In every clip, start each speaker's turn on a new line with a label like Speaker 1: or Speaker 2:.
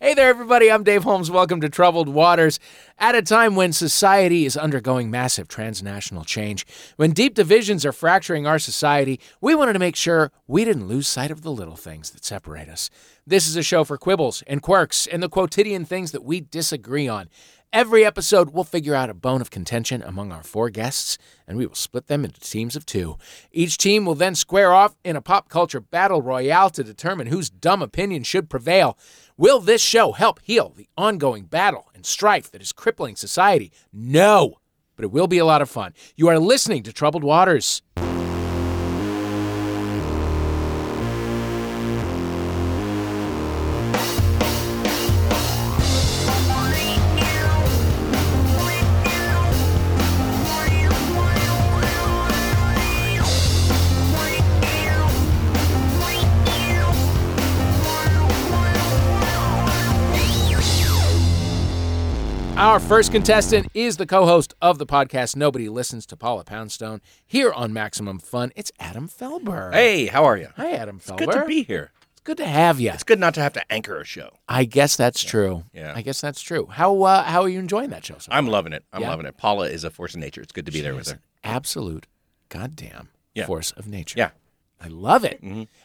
Speaker 1: there, everybody. I'm Dave Holmes. Welcome to Troubled Waters. At a time when society is undergoing massive transnational change, when deep divisions are fracturing our society, we wanted to make sure we didn't lose sight of the little things that separate us. This is a show for quibbles and quirks and the quotidian things that we disagree on. Every episode, we'll figure out a bone of contention among our four guests, and we will split them into teams of two. Each team will then square off in a pop culture battle royale to determine whose dumb opinion should prevail. Will this show help heal the ongoing battle and strife that is crippling society? No, but it will be a lot of fun. You are listening to Troubled Waters. Our first contestant is the co host of the podcast Nobody Listens to Paula Poundstone here on Maximum Fun. It's Adam Felber.
Speaker 2: Hey, how are you?
Speaker 1: Hi, Adam Felber.
Speaker 2: Good to be here.
Speaker 1: It's good to have you.
Speaker 2: It's good not to have to anchor a show.
Speaker 1: I guess that's true.
Speaker 2: Yeah.
Speaker 1: I guess that's true. How uh, how are you enjoying that show? So
Speaker 2: I'm loving it. I'm
Speaker 1: Yeah.
Speaker 2: loving it. Paula is a force of nature. It's good to be there with
Speaker 1: It's
Speaker 2: her.
Speaker 1: an absolute goddamn
Speaker 2: Yeah.
Speaker 1: force of nature.
Speaker 2: Yeah.
Speaker 1: I love it.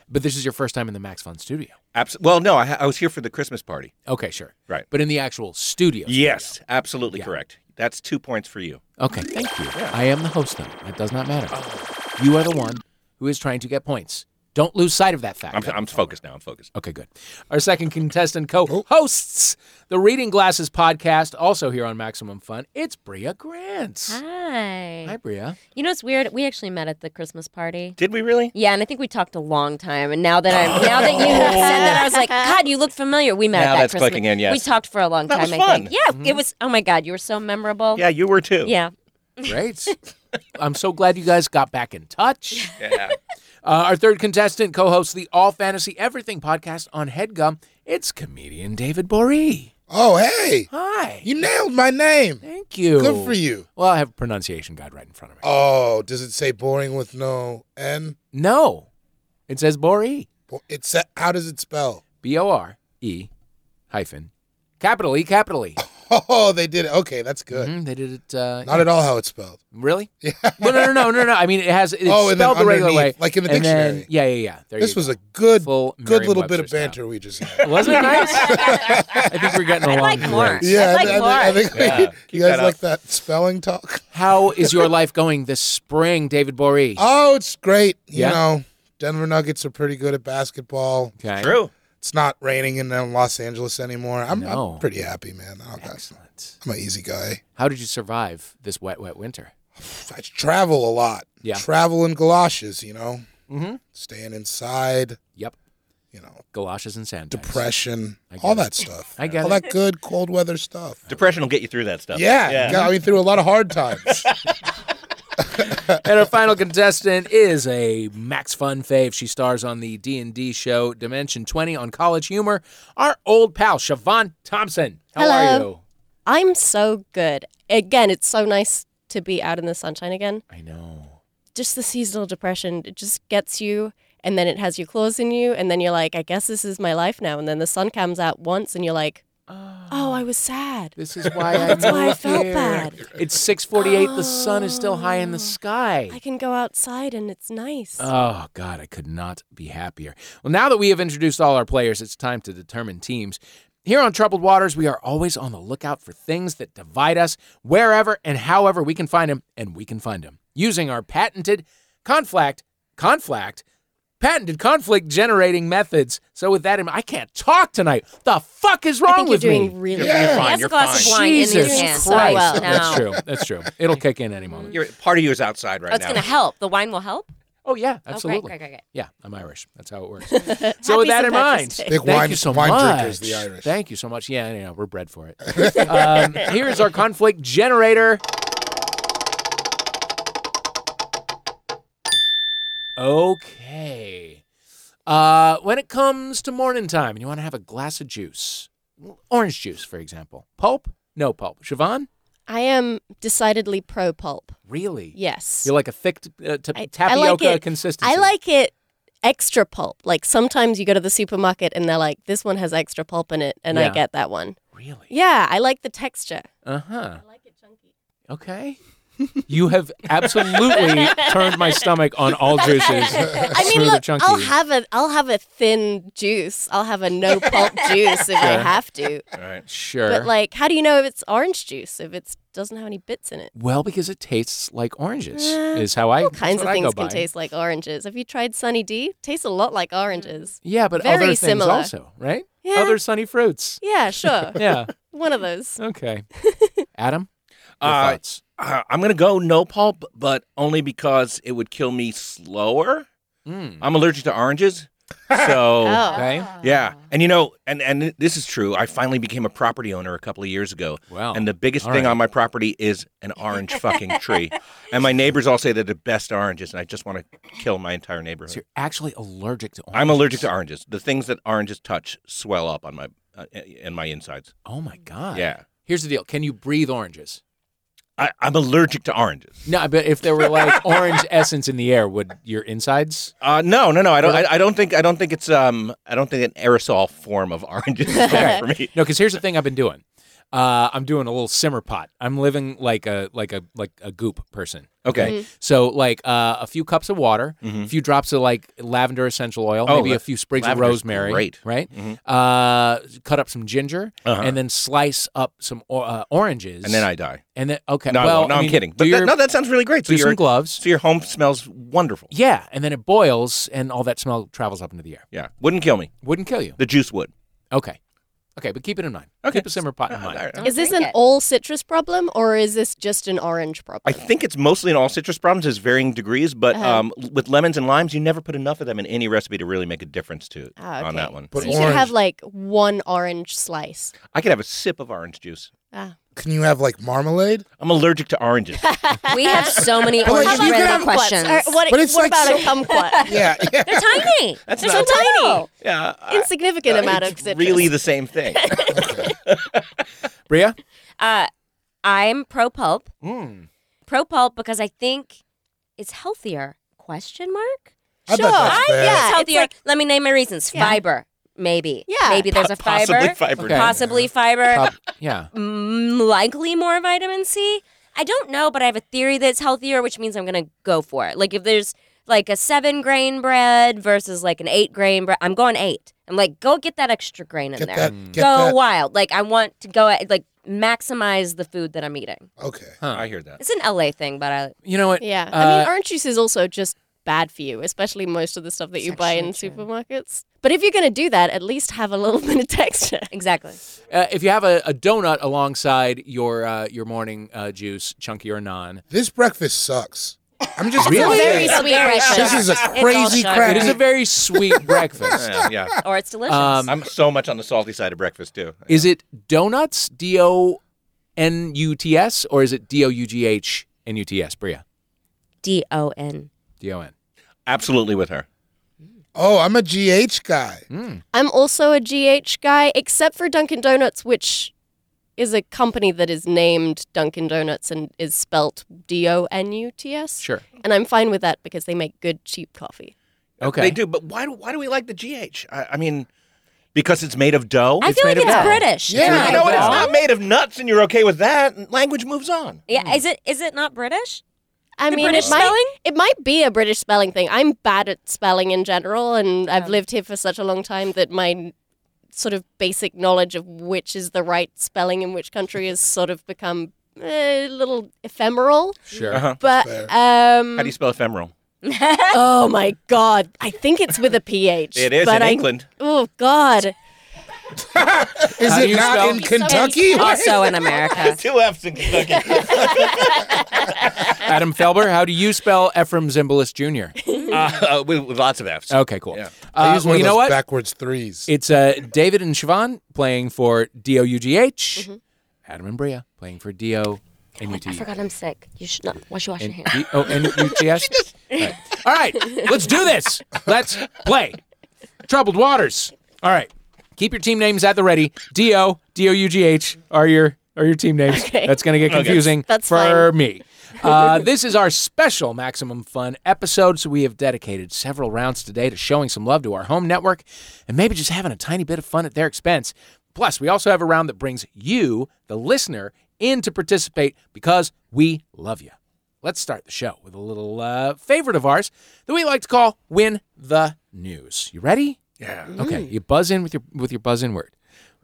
Speaker 1: But this is your first time in the Max Fun studio.
Speaker 2: Abs- well, no, I, ha- I was here for the Christmas party.
Speaker 1: Okay, sure.
Speaker 2: Right.
Speaker 1: But in the actual studio.
Speaker 2: Yes, absolutely correct. That's two points for you.
Speaker 1: Okay, thank you. I am the host, though. That does not matter.
Speaker 2: Oh.
Speaker 1: You are the one who is trying to get points. Don't lose sight of that fact.
Speaker 2: I'm, I'm focused now. I'm focused. Oh.
Speaker 1: Okay, good. Our second contestant co hosts the Reading Glasses podcast, also here on Maximum Fun. It's Bria Grant.
Speaker 3: Hi.
Speaker 1: Hi, Bria.
Speaker 3: You know it's weird? We actually met at the Christmas party.
Speaker 2: Did we really?
Speaker 3: Yeah, and I think we talked a long time. And now that I'm now that you said that, I was like, God, you look familiar. We met
Speaker 2: Now
Speaker 3: at that
Speaker 2: that's
Speaker 3: Christmas.
Speaker 2: clicking in, yes.
Speaker 3: we talked for a long
Speaker 2: That
Speaker 3: time.
Speaker 2: was
Speaker 3: I think.
Speaker 2: fun. Mm-hmm.
Speaker 3: Yeah, it was. Oh my God, you were so memorable.
Speaker 2: Yeah, you were too.
Speaker 3: Yeah.
Speaker 1: Great. I'm so glad you guys got back in touch.
Speaker 2: Yeah.
Speaker 1: Uh, our third contestant co hosts the All Fantasy Everything podcast on HeadGum. It's comedian David Boree.
Speaker 4: Oh, hey.
Speaker 1: Hi.
Speaker 4: You nailed my name.
Speaker 1: Thank you.
Speaker 4: Good for you.
Speaker 1: Well, I have a pronunciation guide right in front of me.
Speaker 4: Oh, does it say boring with no N?
Speaker 1: No. It says Boree.
Speaker 4: Bo- It sa- how does it spell?
Speaker 1: B O R E hyphen capital E capital E.
Speaker 4: Oh, they did it. Okay, that's good.
Speaker 1: Mhm, they did it. Uh,
Speaker 4: Not at all how it's spelled.
Speaker 1: Really? Yeah. no, no, no, no, no, no. I mean, it has it's
Speaker 4: Oh, and then
Speaker 1: spelled the regular way,
Speaker 4: underneath, like in the
Speaker 1: and then-
Speaker 4: dictionary.
Speaker 1: yeah, yeah, yeah. There
Speaker 4: This
Speaker 1: you
Speaker 4: was
Speaker 1: go.
Speaker 4: a good
Speaker 1: Full
Speaker 4: good little bit
Speaker 1: Merriam-Webster
Speaker 4: of
Speaker 1: style.
Speaker 4: banter we just had.
Speaker 1: Wasn't it nice? I think we're getting along.
Speaker 3: like more.
Speaker 1: great.
Speaker 4: Yeah,
Speaker 3: I'd
Speaker 4: I,
Speaker 3: like more.
Speaker 4: I, think I think we-
Speaker 2: Yeah, keep
Speaker 4: you guys
Speaker 2: that up.
Speaker 4: like that spelling talk.
Speaker 1: How is your life going this spring, David Boree?
Speaker 4: Oh, it's great. You
Speaker 1: Yeah?
Speaker 4: know, Denver Nuggets are pretty good at basketball.
Speaker 1: okay.
Speaker 2: True.
Speaker 4: It's not raining in uh, Los Angeles anymore. I'm,
Speaker 1: No.
Speaker 4: I'm pretty happy, man. I don't-
Speaker 1: Excellent.
Speaker 4: I'm an easy guy.
Speaker 1: How did you survive this wet, wet winter?
Speaker 4: I travel a lot.
Speaker 1: Yeah.
Speaker 4: Travel in galoshes, you know,
Speaker 1: Mm-hmm.
Speaker 4: staying inside,
Speaker 1: Yep.
Speaker 4: you know,
Speaker 1: Galoshes and sandbags.
Speaker 4: depression,
Speaker 1: I get
Speaker 4: all
Speaker 1: it.
Speaker 4: that stuff.
Speaker 1: I get
Speaker 4: all
Speaker 1: it.
Speaker 4: that good cold weather stuff.
Speaker 2: Depression will get you through that stuff.
Speaker 4: yeah, got me through a lot of hard times.
Speaker 1: and our final contestant is a Max Fun fave. She stars on the D and D show Dimension Twenty on College Humor. Our old pal Siobhan Thompson. How are you?
Speaker 5: Hello. I'm so good. Again, it's so nice to be out in the sunshine again.
Speaker 1: I know.
Speaker 5: Just the seasonal depression, it just gets you and then it has you closing you and then you're like, I guess this is my life now. And then the sun comes out once and you're like, oh, I was sad.
Speaker 1: This is why I.
Speaker 5: That's why I
Speaker 1: moved
Speaker 5: felt
Speaker 1: here.
Speaker 5: bad. Oh,
Speaker 1: It's six forty-eight. The sun is still high in the sky.
Speaker 5: I can go outside and it's nice.
Speaker 1: Oh, God, I could not be happier. Well, now that we have introduced all our players, it's time to determine teams. Here on Troubled Waters, we are always on the lookout for things that divide us wherever and however we can find them, and we can find them using our patented conflict, conflict, patented conflict generating methods. So, with that in mind, I can't talk tonight. The fuck is wrong
Speaker 5: I think you're
Speaker 1: with me?
Speaker 5: doing really
Speaker 2: You're fine.
Speaker 5: good.
Speaker 3: He has
Speaker 2: You're
Speaker 3: a glass
Speaker 2: fine.
Speaker 3: of wine
Speaker 1: Jesus
Speaker 3: in his hand.
Speaker 1: Christ.
Speaker 3: So well,
Speaker 1: That's
Speaker 3: now.
Speaker 1: true. That's true. It'll kick in any moment.
Speaker 2: Your, part of you is outside right
Speaker 3: Oh, it's
Speaker 2: now.
Speaker 3: gonna help. The wine will help.
Speaker 1: Oh, yeah,
Speaker 3: great,
Speaker 1: absolutely.
Speaker 3: great, great, great.
Speaker 1: Yeah, I'm Irish. That's how it works. so, with that in
Speaker 5: St. Patrick's
Speaker 1: mind,
Speaker 5: Day.
Speaker 4: Big
Speaker 1: Thank
Speaker 4: wine,
Speaker 1: you so
Speaker 4: wine
Speaker 1: much.
Speaker 4: drinkers, the Irish.
Speaker 1: Thank you so much. Yeah, yeah, we're bred for it. um, here is our conflict generator. Okay. Uh, when it comes to morning time and you want to have a glass of juice, orange juice, for example, pulp? No pulp. Siobhan?
Speaker 5: I am decidedly pro pulp.
Speaker 1: Really?
Speaker 5: Yes.
Speaker 1: You're like a thick t- uh, t-
Speaker 5: I- I
Speaker 1: tapioca
Speaker 5: like it.
Speaker 1: consistency.
Speaker 5: I like it extra pulp. Like sometimes you go to the supermarket and they're like, this one has extra pulp in it, and I
Speaker 1: Yeah.
Speaker 5: get that one.
Speaker 1: Really?
Speaker 5: Yeah, I like the texture.
Speaker 1: Uh huh.
Speaker 5: I like it chunky.
Speaker 1: Okay. You have absolutely turned my stomach on all juices.
Speaker 5: I mean,
Speaker 1: Smooth or
Speaker 5: look,
Speaker 1: chunky.
Speaker 5: I'll have a I'll have a thin juice. I'll have a no pulp juice if I
Speaker 1: Sure.
Speaker 5: have to.
Speaker 2: All right.
Speaker 1: Sure.
Speaker 5: But like, how do you know if it's orange juice if it doesn't have any bits in it?
Speaker 1: well, because it tastes like oranges,
Speaker 5: Uh,
Speaker 1: is how I.
Speaker 5: All
Speaker 1: that's
Speaker 5: kinds
Speaker 1: what
Speaker 5: of
Speaker 1: I go
Speaker 5: things can
Speaker 1: by.
Speaker 5: taste like oranges. Have you tried Sunny D? Tastes a lot like oranges.
Speaker 1: Yeah, but
Speaker 5: very
Speaker 1: other things
Speaker 5: similar.
Speaker 1: also, right?
Speaker 5: Yeah.
Speaker 1: Other sunny fruits.
Speaker 5: Yeah, sure.
Speaker 1: Yeah.
Speaker 5: One of those.
Speaker 1: Okay. Adam, your
Speaker 2: Uh,
Speaker 1: thoughts?
Speaker 2: Uh, I'm gonna go no pulp, but only because it would kill me slower.
Speaker 1: Mm.
Speaker 2: I'm allergic to oranges, so
Speaker 5: Oh.
Speaker 1: Okay.
Speaker 2: yeah. And you know, and and this is true. I finally became a property owner a couple of years ago,
Speaker 1: Wow.
Speaker 2: and the biggest
Speaker 1: all
Speaker 2: thing
Speaker 1: right.
Speaker 2: on my property is an orange fucking tree. And my neighbors all say they're the best oranges, and I just want to kill my entire neighborhood.
Speaker 1: So you're actually allergic to oranges.
Speaker 2: I'm allergic to oranges. The things that oranges touch swell up on my uh, in my insides.
Speaker 1: Oh my god.
Speaker 2: Yeah,
Speaker 1: Here's the deal. Can you breathe oranges?
Speaker 2: I, I'm allergic to oranges.
Speaker 1: No, but if there were like orange essence in the air, would your insides?
Speaker 2: Uh, no, no, no. I don't.
Speaker 1: Really?
Speaker 2: I, I don't think. I don't think it's. Um. I don't think an aerosol form of oranges is bad for me.
Speaker 1: No, because here's the thing I've been doing. Uh, I'm doing a little simmer pot. I'm living like a like a like a goop person.
Speaker 2: Okay.
Speaker 1: So like uh, a few cups of water,
Speaker 2: Mhm.
Speaker 1: a few drops of like lavender essential oil,
Speaker 2: Oh,
Speaker 1: maybe
Speaker 2: la-
Speaker 1: a few sprigs of
Speaker 2: lavender's
Speaker 1: rosemary,
Speaker 2: great.
Speaker 1: right?
Speaker 2: Mhm.
Speaker 1: Uh, cut up some ginger,
Speaker 2: Uh-huh.
Speaker 1: and then slice up some o- uh, oranges,
Speaker 2: And then I die.
Speaker 1: and then okay,
Speaker 2: No,
Speaker 1: well,
Speaker 2: no, no
Speaker 1: I
Speaker 2: I'm
Speaker 1: mean,
Speaker 2: kidding.
Speaker 1: do
Speaker 2: But
Speaker 1: your-
Speaker 2: that, no, that sounds really great. So
Speaker 1: do some
Speaker 2: your
Speaker 1: gloves.
Speaker 2: so your home smells wonderful.
Speaker 1: Yeah, and then it boils, and all that smell travels up into the air.
Speaker 2: Yeah, wouldn't kill me.
Speaker 1: Wouldn't kill you.
Speaker 2: The juice would.
Speaker 1: Okay, okay, but keep it in mind.
Speaker 2: Okay. Ah,
Speaker 1: Keep a simmer pot in mind.
Speaker 3: Don't
Speaker 5: Is this
Speaker 3: drink
Speaker 5: an
Speaker 3: it.
Speaker 5: all citrus problem or is this just an orange problem?
Speaker 2: I think it's mostly in all citrus problems. There's varying degrees, but
Speaker 5: Uh-huh.
Speaker 2: um, with lemons and limes, you never put enough of them in any recipe to really make a difference to
Speaker 5: Ah, okay.
Speaker 2: on that one.
Speaker 4: But
Speaker 5: So you should have
Speaker 4: orange-
Speaker 5: like one orange slice.
Speaker 2: I could have a sip of orange juice.
Speaker 5: Ah.
Speaker 4: Can you have like marmalade?
Speaker 2: I'm allergic to oranges.
Speaker 3: We have so many
Speaker 4: But
Speaker 3: orange
Speaker 4: you can have
Speaker 3: random
Speaker 5: Kumquats.
Speaker 3: questions.
Speaker 5: All right, what
Speaker 4: But it's like
Speaker 5: what about a
Speaker 4: so-
Speaker 5: kumquat?
Speaker 4: Yeah, yeah.
Speaker 3: They're tiny.
Speaker 2: That's
Speaker 3: They're
Speaker 2: not-
Speaker 3: so tiny.
Speaker 2: yeah, I- uh,
Speaker 5: Insignificant amount
Speaker 2: it's
Speaker 5: of citrus.
Speaker 2: really the same thing.
Speaker 1: Bria,
Speaker 3: Uh, I'm pro pulp.
Speaker 4: Hmm.
Speaker 1: mm.
Speaker 3: Pro pulp because I think it's healthier. Question mark?
Speaker 4: I
Speaker 5: Sure,
Speaker 4: bet that's
Speaker 5: I-
Speaker 4: bad.
Speaker 5: yeah.
Speaker 3: It's
Speaker 5: it's
Speaker 3: healthier.
Speaker 5: like-
Speaker 3: Let me name my reasons.
Speaker 5: Yeah.
Speaker 3: Fiber, maybe.
Speaker 5: Yeah.
Speaker 3: Maybe there's a fiber.
Speaker 2: Possibly fiber.
Speaker 1: Okay.
Speaker 3: Possibly fiber.
Speaker 1: Prob- yeah.
Speaker 3: mm, likely more vitamin C. I don't know, but I have a theory that it's healthier, which means I'm gonna go for it. Like if there's like a seven grain bread versus like an eight grain bread, I'm going eight. I'm like, go get that extra grain in
Speaker 4: Get
Speaker 3: there.
Speaker 4: that. Get
Speaker 3: go
Speaker 4: that.
Speaker 3: wild. Like I want to go at, like maximize the food that I'm eating.
Speaker 4: Okay.
Speaker 1: Huh.
Speaker 2: I hear that.
Speaker 3: It's an LA thing, but I
Speaker 1: You know what?
Speaker 5: Yeah. I mean,
Speaker 1: Uh,
Speaker 5: orange juice is also just bad for you, especially most of the stuff that you buy in
Speaker 3: Section, true.
Speaker 5: supermarkets. But if you're going to do that, at least have a little bit of texture.
Speaker 3: exactly.
Speaker 1: Uh, if you have a, a donut alongside your uh, your morning uh, juice, chunky or non,
Speaker 4: This breakfast sucks. I'm just
Speaker 1: Really?
Speaker 4: gonna say
Speaker 5: Very
Speaker 4: it.
Speaker 5: sweet breakfast.
Speaker 4: This is a
Speaker 3: It's all
Speaker 4: crazy
Speaker 3: sugar.
Speaker 4: crap.
Speaker 1: it is a very sweet breakfast.
Speaker 2: Yeah, yeah.
Speaker 3: Or it's delicious.
Speaker 1: Um,
Speaker 2: I'm so much on the salty side of breakfast too.
Speaker 1: Is it donuts, D O N U T S, or is it D O U G H N U T S, Bria?
Speaker 3: D O N.
Speaker 1: D O N.
Speaker 2: Absolutely with her.
Speaker 4: Oh, I'm a GH guy.
Speaker 1: Mm.
Speaker 5: I'm also a GH guy, except for Dunkin' Donuts, which is a company that is named Dunkin' Donuts and is spelt D O N U T S.
Speaker 1: Sure.
Speaker 5: And I'm fine with that because they make good, cheap coffee.
Speaker 1: Okay.
Speaker 2: They do, but why do why do we like the GH? I, I mean, because it's made of dough.
Speaker 3: I feel like
Speaker 1: made
Speaker 3: it's
Speaker 1: of dough.
Speaker 3: British.
Speaker 4: Yeah,
Speaker 3: It's
Speaker 2: you know what? It's
Speaker 1: dough.
Speaker 2: not made of nuts, and you're okay with that. Language moves on.
Speaker 3: Yeah, is it is it not British?
Speaker 5: I
Speaker 3: The
Speaker 5: mean,
Speaker 3: British
Speaker 5: it might
Speaker 3: spelling?
Speaker 5: it might be a British spelling thing. I'm bad at spelling in general, and I've lived here for such a long time that my n- sort of basic knowledge of which is the right spelling in which country has sort of become eh, a little ephemeral.
Speaker 1: Sure.
Speaker 2: Uh-huh.
Speaker 5: But
Speaker 4: Fair.
Speaker 5: um,
Speaker 2: How do you spell ephemeral?
Speaker 5: oh my god, I think it's with a ph.
Speaker 2: It is in
Speaker 5: but I-
Speaker 2: England.
Speaker 5: Oh god,
Speaker 4: Is
Speaker 1: How do
Speaker 4: it
Speaker 1: you
Speaker 4: not
Speaker 1: spell-
Speaker 4: in
Speaker 5: Thank you so much.
Speaker 4: Kentucky?
Speaker 3: Also in America.
Speaker 2: Two F's in Kentucky.
Speaker 1: Adam Felber, how do you spell Ephraim Zimbalist Jr.?
Speaker 2: uh, with, with lots of F's.
Speaker 1: Okay, cool.
Speaker 2: Yeah.
Speaker 1: Uh,
Speaker 4: I use
Speaker 1: well,
Speaker 4: one
Speaker 1: you
Speaker 4: of
Speaker 1: know
Speaker 4: those
Speaker 1: what?
Speaker 4: backwards threes.
Speaker 1: it's uh, David and Siobhan playing for D O U G H, Adam and Bria playing for D O N U T
Speaker 3: Mm-hmm. I
Speaker 1: S.
Speaker 3: forgot I'm sick. You should not wash your wash your
Speaker 1: And
Speaker 3: hands.
Speaker 1: D O N U T S. All right, let's do this. Let's play. Troubled Waters. All right, keep your team names at the ready. D O D O U G H are your are your team names. That's gonna get confusing
Speaker 5: That's
Speaker 1: for me. Uh, this is our special Maximum Fun episode, so we have dedicated several rounds today to showing some love to our home network and maybe just having a tiny bit of fun at their expense. Plus, we also have a round that brings you, the listener, in to participate because we love you. Let's start the show with a little uh, favorite of ours that we like to call Win the News. You ready?
Speaker 2: Yeah. Mm.
Speaker 1: Okay, you buzz in with your with your buzz in word,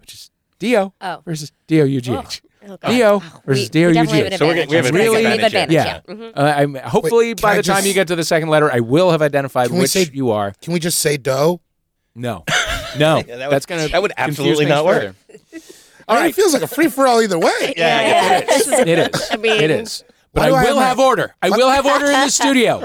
Speaker 1: which is D-O
Speaker 3: Oh.
Speaker 1: versus D-O-U-G-H.
Speaker 3: Oh, God.
Speaker 1: D-O
Speaker 3: We,
Speaker 1: versus
Speaker 3: we
Speaker 1: D-O-U-G-H.
Speaker 3: definitely have an
Speaker 2: So we're gonna-
Speaker 3: advantage.
Speaker 2: we have an
Speaker 3: Really?
Speaker 2: advantage.
Speaker 3: We have advantage,
Speaker 1: Yeah.
Speaker 3: yeah. Mhm.
Speaker 1: Uh, I'm, hopefully,
Speaker 4: Wait, can
Speaker 1: by
Speaker 4: I
Speaker 1: the time
Speaker 4: just-
Speaker 1: you get to the second letter, I will have identified
Speaker 4: Can we
Speaker 1: which
Speaker 4: say-
Speaker 1: you are.
Speaker 4: Can we just say dough?
Speaker 1: No, no,
Speaker 2: Yeah, that would-
Speaker 1: Oh, that's gonna
Speaker 2: that would
Speaker 1: confuse
Speaker 2: absolutely
Speaker 1: things
Speaker 2: not work.
Speaker 1: further.
Speaker 4: I mean, It feels like a free for all either way.
Speaker 2: Yeah,
Speaker 5: Yeah.
Speaker 2: it is.
Speaker 1: It is.
Speaker 5: I mean-
Speaker 1: it is. But
Speaker 4: Why
Speaker 1: I
Speaker 4: do I have
Speaker 1: will
Speaker 4: my-
Speaker 1: have order. I will have order in the studio.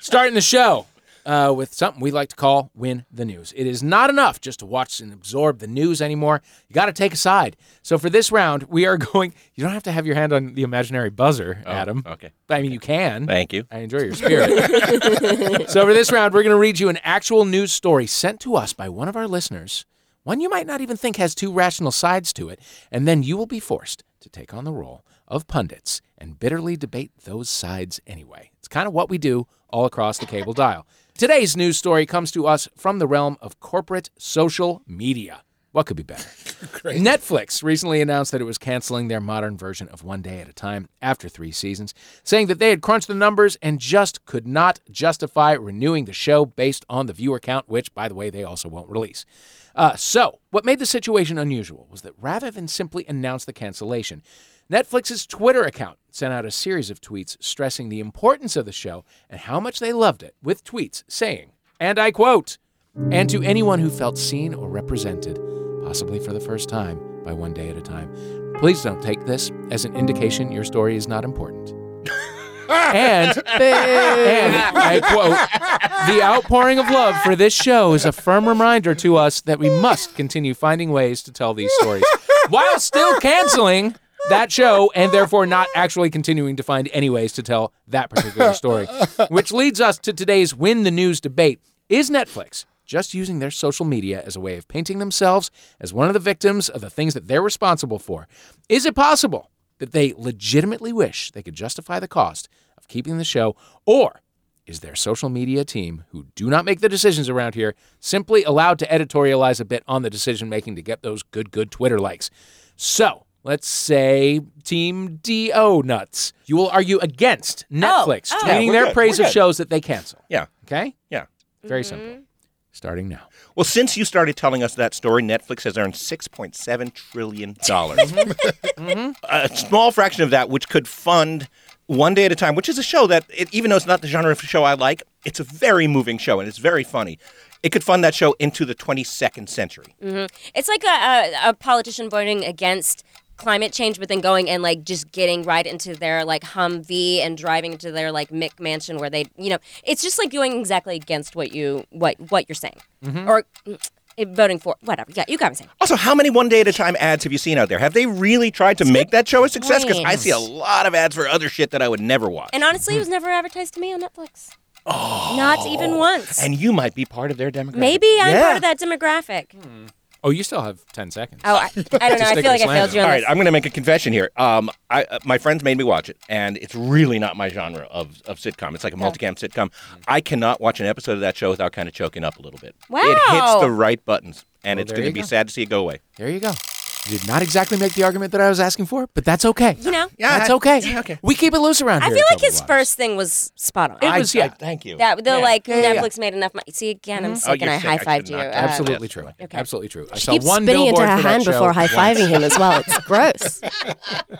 Speaker 1: Starting the show uh, with something we like to call win the news. It is not enough just to watch and absorb the news anymore. You got to take a side. So for this round, we are going. You don't have to have your hand on the imaginary buzzer, Adam.
Speaker 2: Oh, Okay.
Speaker 1: I mean, you can.
Speaker 2: Thank you.
Speaker 1: I enjoy your spirit. so, for this round, we're going to read you an actual news story sent to us by one of our listeners, one you might not even think has two rational sides to it, and then you will be forced to take on the role of pundits and bitterly debate those sides anyway. It's kind of what we do all across the cable dial. Today's news story comes to us from the realm of corporate social media. What could be better? Netflix recently announced that it was canceling their modern version of One Day at a Time after three seasons, saying that they had crunched the numbers and just could not justify renewing the show based on the viewer count, which, by the way, they also won't release. Uh, so, what made the situation unusual was that rather than simply announce the cancellation, Netflix's Twitter account sent out a series of tweets stressing the importance of the show and how much they loved it, with tweets saying, and I quote, and to anyone who felt seen or represented, possibly for the first time, by one day at a time, please don't take this as an indication your story is not important. and, and I quote, the outpouring of love for this show is a firm reminder to us that we must continue finding ways to tell these stories while still canceling that show and therefore not actually continuing to find any ways to tell that particular story. Which leads us to today's win the news debate. Is Netflix just using their social media as a way of painting themselves as one of the victims of the things that they're responsible for? Is it possible that they legitimately wish they could justify the cost of keeping the show or is their social media team, who do not make the decisions around here, simply allowed to editorialize a bit on the decision making to get those good, good Twitter likes. So let's say Team DO Nuts. You will argue against Netflix
Speaker 3: oh.
Speaker 2: Yeah,
Speaker 1: tweeting
Speaker 2: we're
Speaker 1: their
Speaker 2: good,
Speaker 1: praise
Speaker 2: we're
Speaker 1: of
Speaker 2: good.
Speaker 1: shows that they cancel.
Speaker 2: Yeah.
Speaker 1: Okay?
Speaker 2: Yeah.
Speaker 1: Very simple. Starting now.
Speaker 2: Well, since you started telling us that story, Netflix has earned $6.7 trillion.
Speaker 1: Mm-hmm.
Speaker 2: A small fraction of that, which could fund One Day at a Time, which is a show that, it, even though it's not the genre of show I like, it's a very moving show and it's very funny. It could fund that show into the 22nd century.
Speaker 3: Mm-hmm. It's like a, a, a politician voting against climate change, but then going and like just getting right into their like Humvee and driving into their like Mick mansion where they, you know, it's just like going exactly against what you what what you're saying or mm, voting for whatever. Yeah, you got me saying.
Speaker 2: Also, how many One Day at a Time ads have you seen out there? Have they really tried to make that show a success? Because I
Speaker 3: point.
Speaker 2: see a lot of ads for other shit that I would never watch.
Speaker 3: And honestly, it was never advertised to me on Netflix. Oh, not even once.
Speaker 2: And you might be part of their demographic.
Speaker 3: Maybe I'm
Speaker 2: Yeah.
Speaker 3: part of that demographic.
Speaker 1: Oh, you still have 10 seconds.
Speaker 3: Oh, I, I don't know. I
Speaker 1: stick
Speaker 3: feel like
Speaker 1: with
Speaker 3: I failed you
Speaker 2: All
Speaker 3: on
Speaker 2: right,
Speaker 3: this.
Speaker 2: I'm going to make a confession here. Um, I, uh, my friends made me watch it, and it's really not my genre of, of sitcom. It's like a multicam sitcom. I cannot watch an episode of that show without kind of choking up a little bit. It hits
Speaker 3: Wow.
Speaker 2: the right buttons, and
Speaker 1: Well,
Speaker 2: it's
Speaker 1: there
Speaker 2: going to
Speaker 1: you
Speaker 2: be
Speaker 1: go.
Speaker 2: sad to see it go away.
Speaker 1: There you go. You did not exactly make the argument that I was asking for, but that's okay.
Speaker 3: You know,
Speaker 2: Yeah,
Speaker 1: that's
Speaker 2: I-
Speaker 1: okay.
Speaker 2: yeah, okay.
Speaker 1: We keep it loose around
Speaker 3: I
Speaker 1: here.
Speaker 3: feel
Speaker 1: at
Speaker 3: like
Speaker 1: Double
Speaker 3: his
Speaker 1: Wide.
Speaker 3: first thing was spot on.
Speaker 1: It was,
Speaker 2: I-
Speaker 1: yeah.
Speaker 2: I- thank you.
Speaker 3: That the
Speaker 2: Yeah.
Speaker 3: like
Speaker 1: yeah, Mm-hmm. Oh, yeah.
Speaker 3: Netflix made enough money. See again, I'm sick
Speaker 2: Oh,
Speaker 3: and
Speaker 2: you're
Speaker 3: I
Speaker 2: sick.
Speaker 3: high
Speaker 2: I
Speaker 3: fived
Speaker 2: should
Speaker 3: you.
Speaker 2: not-
Speaker 3: Uh,
Speaker 1: Absolutely
Speaker 2: Uh,
Speaker 1: true.
Speaker 2: okay.
Speaker 1: Absolutely true. I
Speaker 5: She
Speaker 1: saw
Speaker 5: keeps
Speaker 1: one
Speaker 5: spinning into
Speaker 1: billboard
Speaker 5: her
Speaker 1: for that
Speaker 5: hand
Speaker 1: show
Speaker 5: before high
Speaker 1: once.
Speaker 5: fiving him as well. It's gross.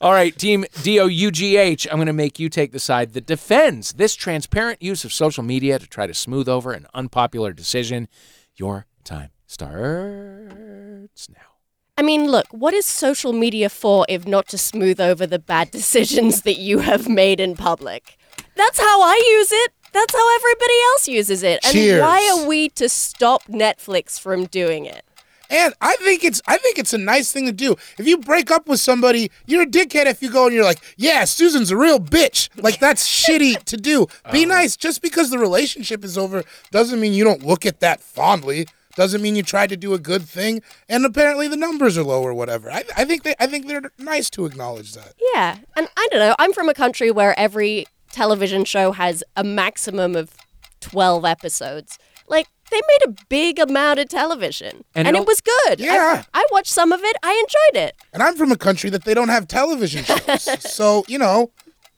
Speaker 1: All right, team DOUGH, I'm going to make you take the side that defends this transparent use of social media to try to smooth over an unpopular decision. Your time starts now.
Speaker 5: I mean, look, what is social media for if not to smooth over the bad decisions that you have made in public? That's how I use it. That's how everybody else uses it. And
Speaker 4: Cheers.
Speaker 5: why are we to stop Netflix from doing it?
Speaker 4: And I think it's I think it's a nice thing to do. If you break up with somebody, you're a dickhead if you go and you're like, "Yeah, Susan's a real bitch." Like that's shitty
Speaker 1: Oh.
Speaker 4: to do. Be nice. Just because the relationship is over doesn't mean you don't look at that fondly. Doesn't mean you tried to do a good thing. And apparently the numbers are low or whatever. I, I think they I think they're nice to acknowledge that.
Speaker 5: Yeah. And I don't know. I'm from a country where every television show has a maximum of 12 episodes. Like, they made a big amount of television.
Speaker 1: And
Speaker 5: And,
Speaker 1: it
Speaker 5: it,
Speaker 1: al-
Speaker 5: was good. I-
Speaker 4: Yeah.
Speaker 5: I, watched some of it. I enjoyed it.
Speaker 4: And I'm from a country that they don't have television shows. so, you know,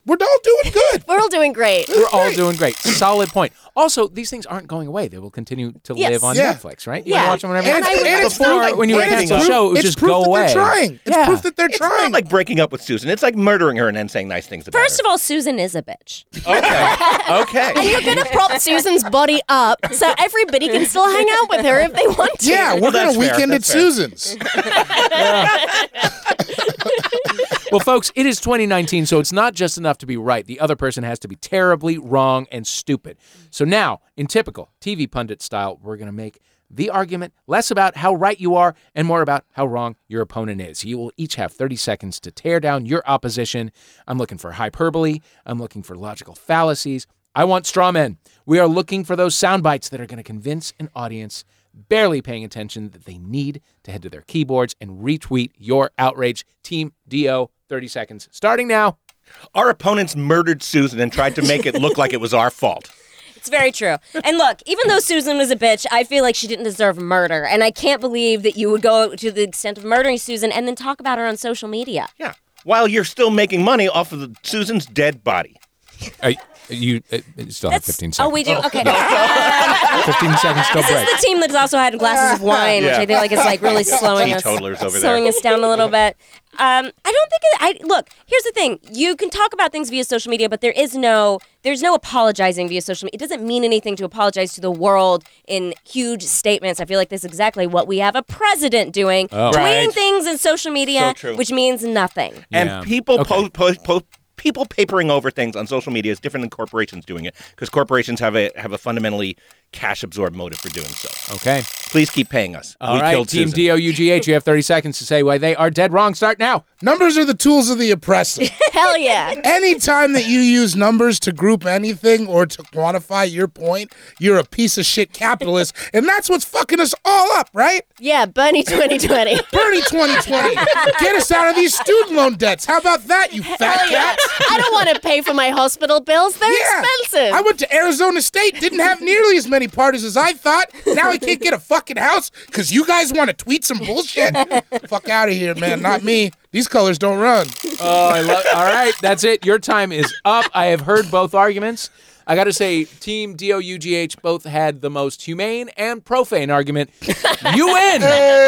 Speaker 4: we're all doing good.
Speaker 5: We're all doing great.
Speaker 1: We're all doing great. Solid point. Also, these things aren't going away. They will continue to
Speaker 5: Yes.
Speaker 1: live on
Speaker 4: Yeah.
Speaker 1: Netflix, right? You
Speaker 5: Yeah.
Speaker 1: can watch them whenever
Speaker 4: And
Speaker 1: you
Speaker 4: it's-
Speaker 1: want.
Speaker 4: and it's
Speaker 1: Before,
Speaker 4: not like
Speaker 1: when you were
Speaker 4: breaking
Speaker 1: canceling
Speaker 4: up.
Speaker 1: the show, it would
Speaker 4: it's
Speaker 1: just
Speaker 4: proof
Speaker 1: go
Speaker 4: that
Speaker 1: away.
Speaker 4: They're trying. It's
Speaker 1: Yeah.
Speaker 4: proof that they're
Speaker 2: It's
Speaker 4: trying.
Speaker 2: not like breaking up with Susan. It's like murdering her and then saying nice things about
Speaker 3: First
Speaker 2: her.
Speaker 3: of all, Susan is a bitch.
Speaker 2: okay. okay.
Speaker 5: You're going to prop Susan's body up so everybody can still hang out with her if they want to.
Speaker 4: yeah, we're
Speaker 2: Well,
Speaker 4: gonna
Speaker 2: that's fair,
Speaker 4: weekend at
Speaker 2: that's fair.
Speaker 4: Susan's.
Speaker 1: Well, folks, it is 2019, so it's not just enough to be right. The other person has to be terribly wrong and stupid. So now, in typical TV pundit style, we're going to make the argument less about how right you are and more about how wrong your opponent is. You will each have 30 seconds to tear down your opposition. I'm looking for hyperbole, I'm looking for logical fallacies. I want straw men. We are looking for those sound bites that are going to convince an audience barely paying attention that they need to head to their keyboards and retweet your outrage. Team DO, 30 seconds. Starting now.
Speaker 2: Our opponents murdered Susan and tried to make it look like it was our fault.
Speaker 3: It's very true. And look, even though Susan was a bitch, I feel like she didn't deserve murder. And I can't believe that you would go to the extent of murdering Susan and then talk about her on social media.
Speaker 2: Yeah. While you're still making money off of the, Susan's dead body.
Speaker 1: Uh, you, still have
Speaker 3: That's
Speaker 1: 15 seconds.
Speaker 3: oh, we do. Okay,
Speaker 1: 15 seconds till
Speaker 3: this
Speaker 1: break.
Speaker 3: is the team that's also had glasses of wine, which
Speaker 2: Yeah.
Speaker 3: I feel like is like really slowing us,
Speaker 2: Teetotalers over there.
Speaker 3: slowing us down a little bit. Um, I don't think it, I look. Here's the thing: you can talk about things via social media, but there is no there's no apologizing via social media. It doesn't mean anything to apologize to the world in huge statements. I feel like that's exactly what we have a president doing, tweeting
Speaker 2: Right.
Speaker 3: things in social media,
Speaker 2: Oh. So true.
Speaker 3: which means nothing.
Speaker 2: And
Speaker 1: Yeah.
Speaker 2: people
Speaker 1: Okay.
Speaker 2: po- po- po- people papering over things on social media is different than corporations doing it because corporations have a have a fundamentally cash absorbed motive for doing so.
Speaker 1: Okay.
Speaker 2: Please keep paying us.
Speaker 1: All
Speaker 2: we
Speaker 1: right,
Speaker 2: killed
Speaker 1: Team
Speaker 2: Susan.
Speaker 1: DOUGH, you have 30 seconds to say why they are dead wrong. Start now.
Speaker 4: Numbers are the tools of the oppressor.
Speaker 5: Hell yeah.
Speaker 4: Anytime that you use numbers to group anything or to quantify your point, you're a piece of shit capitalist, and that's what's fucking us all up, right?
Speaker 5: Yeah, Bernie 2020.
Speaker 4: Bernie 2020, get us out of these student loan debts. How about that, you fat cats?
Speaker 5: I don't want to pay for my hospital bills. They're expensive.
Speaker 4: I went to Arizona State, didn't have nearly as many parties as I thought. Now I can't get a fucking house because you guys want to tweet some bullshit. Fuck out of here, man. Not me. These colors don't run.
Speaker 1: Oh, I love All right, that's it. Your time is up. I have heard both arguments. I got to say, Team DOUGH both had the most humane and profane argument. You win.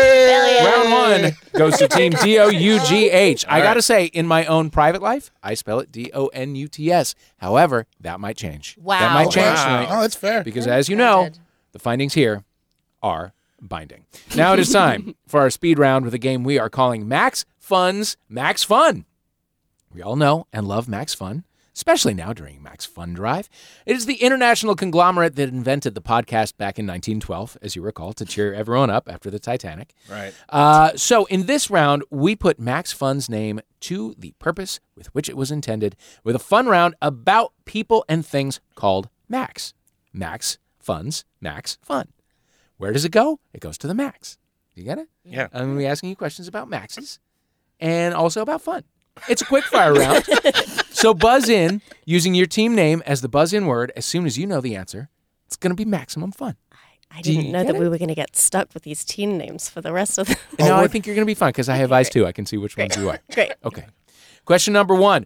Speaker 1: Round one goes to Team DOUGH. I got to say, in my own private life, I spell it D O N U T S. However, that might change. That
Speaker 5: Wow.
Speaker 1: might change tonight.
Speaker 4: Oh, that's fair.
Speaker 1: Because as you know, the findings here are binding. Now it is time for our speed round with a game we are calling Max Fun's Max Fun. We all know and love Max Fun, especially now during Max Fun Drive. It is the international conglomerate that invented the podcast back in 1912, as you recall, to cheer everyone up after the Titanic.
Speaker 2: Right.
Speaker 1: Uh, so in this round, we put Max Fun's name to the purpose with which it was intended with a fun round about people and things called Max. Max Fun's Max Fun. Where does it go? It goes to the Max. You get it?
Speaker 2: Yeah.
Speaker 1: I'm going to be asking you questions about Maxes and also about fun. It's a quick fire round. so buzz in using your team name as the buzz in word as soon as you know the answer. It's going to be maximum fun.
Speaker 5: I
Speaker 1: Do you
Speaker 5: didn't know
Speaker 1: get
Speaker 5: that we were going to get stuck with these teen names for the rest of the.
Speaker 1: And now Oh, I think you're going to be fine because I have eyes too. I can see which ones you are.
Speaker 5: Great.
Speaker 1: Okay. Question number one